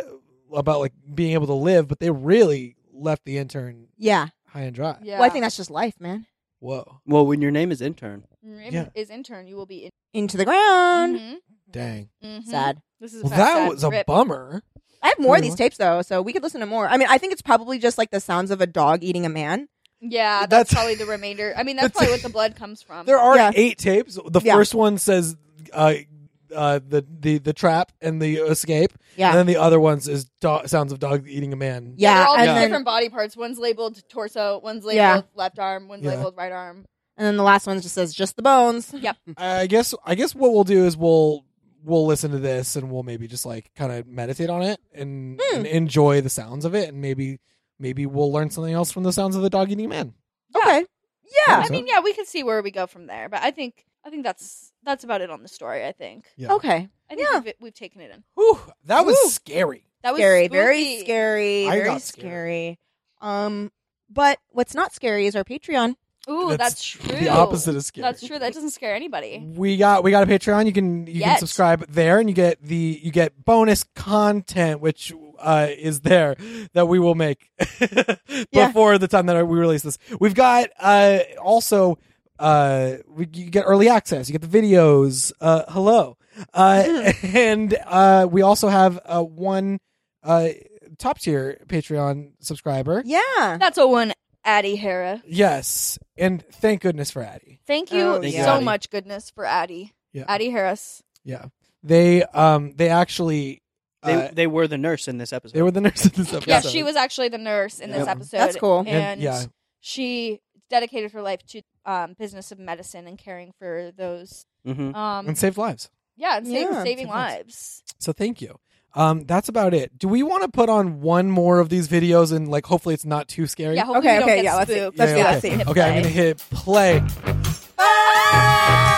S4: about like being able to live, but they really left the intern
S1: Yeah.
S4: high and dry.
S2: Yeah. Mm-hmm.
S1: Well, I think that's just life, man.
S4: Whoa,
S3: Well, when your name is intern,
S4: Yeah.
S2: Mm, is intern. You will be in.
S1: Into the
S5: Mm-hmm.
S1: ground.
S4: dang.
S2: Mhm.
S1: Sad.
S2: This is a
S4: Well,
S2: fact.
S4: that
S2: Sad.
S4: was a
S2: Rip.
S4: bummer.
S1: I have more of
S4: Pretty
S1: these tapes though, so we could listen to more. I mean, I think it's probably just like the sounds of a dog eating a man.
S2: Yeah, that's,
S4: That's-
S2: probably the remainder. I mean,
S4: *laughs*
S2: that's
S4: That's-
S2: probably what the blood comes from.
S4: There are
S1: Yeah.
S4: eight tapes. The
S1: Yeah.
S4: first one says uh, uh, the the the trap and the escape,
S1: Yeah.
S4: and then the other ones is do- sounds of dogs eating a man.
S1: Yeah,
S2: they're all
S1: and
S2: just
S1: then
S2: different body parts. One's labeled torso. One's labeled
S1: Yeah.
S2: left arm. One's
S4: Yeah.
S2: labeled right arm.
S1: and then the last one just says just the bones.
S4: I guess I guess what we'll do is we'll we'll listen to this and we'll maybe just like kind of meditate on it and,
S2: Hmm.
S4: and enjoy the sounds of it and maybe maybe we'll learn something else from the sounds of the dog eating man.
S1: Okay.
S4: Yeah.
S1: Yeah.
S2: I mean, yeah, we can see where we go from there. But I think I think that's that's about it on the story. I think.
S4: Yeah.
S1: Okay.
S2: I think
S1: Yeah.
S2: we've, we've taken it in.
S4: Whew, that was
S1: Whew.
S4: scary.
S2: That was
S1: Scary, very
S2: spooky.
S1: scary,
S4: I
S1: very
S4: got scared.
S1: scary. Um, but what's not scary is our Patreon.
S2: Ooh, that's, true.
S4: The opposite of scary.
S2: That's true. That doesn't scare anybody.
S4: We got we got a Patreon. You can you can
S2: Yet.
S4: subscribe there, and you get the you get bonus content, which uh, is there that we will make *laughs*
S1: Yeah.
S4: before the time that we release this. We've got uh, also uh, we, you get early access. You get the videos. Uh, hello, uh,
S1: Mm-hmm.
S4: *laughs* and uh, we also have uh, one uh, top tier Patreon subscriber.
S1: Yeah.
S2: That's a one, Addie Hera.
S4: Yes, and thank goodness for Addie.
S2: Thank you
S1: Oh,
S3: Thank you,
S2: so
S3: Addie.
S2: much, goodness, for Addie.
S4: Yeah.
S2: Addie Harris.
S4: Yeah, they um they actually.
S3: they,
S4: uh,
S3: they were the nurse in this episode.
S4: They were the nurse in this episode.
S2: *laughs* Yeah, she was actually the nurse in this
S4: Yeah.
S2: episode.
S1: That's cool.
S2: And,
S4: And, yeah,
S2: she dedicated her life to um, business of medicine and caring for those.
S3: hmm
S2: Um,
S4: and saved lives.
S2: yeah, and save,
S1: Yeah,
S2: saving
S4: saved lives.
S2: lives.
S4: So thank you. Um, that's about it. Do we want to put on one more of these videos and like hopefully it's not too scary?
S2: Yeah, hopefully
S1: Okay,
S2: you don't
S1: okay,
S2: get
S1: yeah, let's see.
S2: spooked.
S1: Let's
S4: Yeah,
S1: do
S4: okay.
S1: that scene.
S2: Hit
S4: Okay, I'm gonna
S2: play.
S4: hit play.
S1: Ah!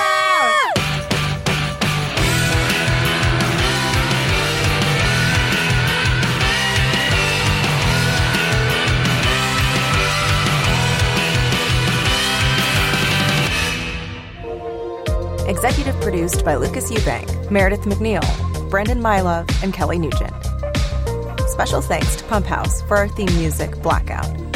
S8: Executive produced by Lucas Eubank, Meredith McNeil, Brendan Mylove, and Kelly Nugent. Special thanks to Pump House for our theme music, Blackout.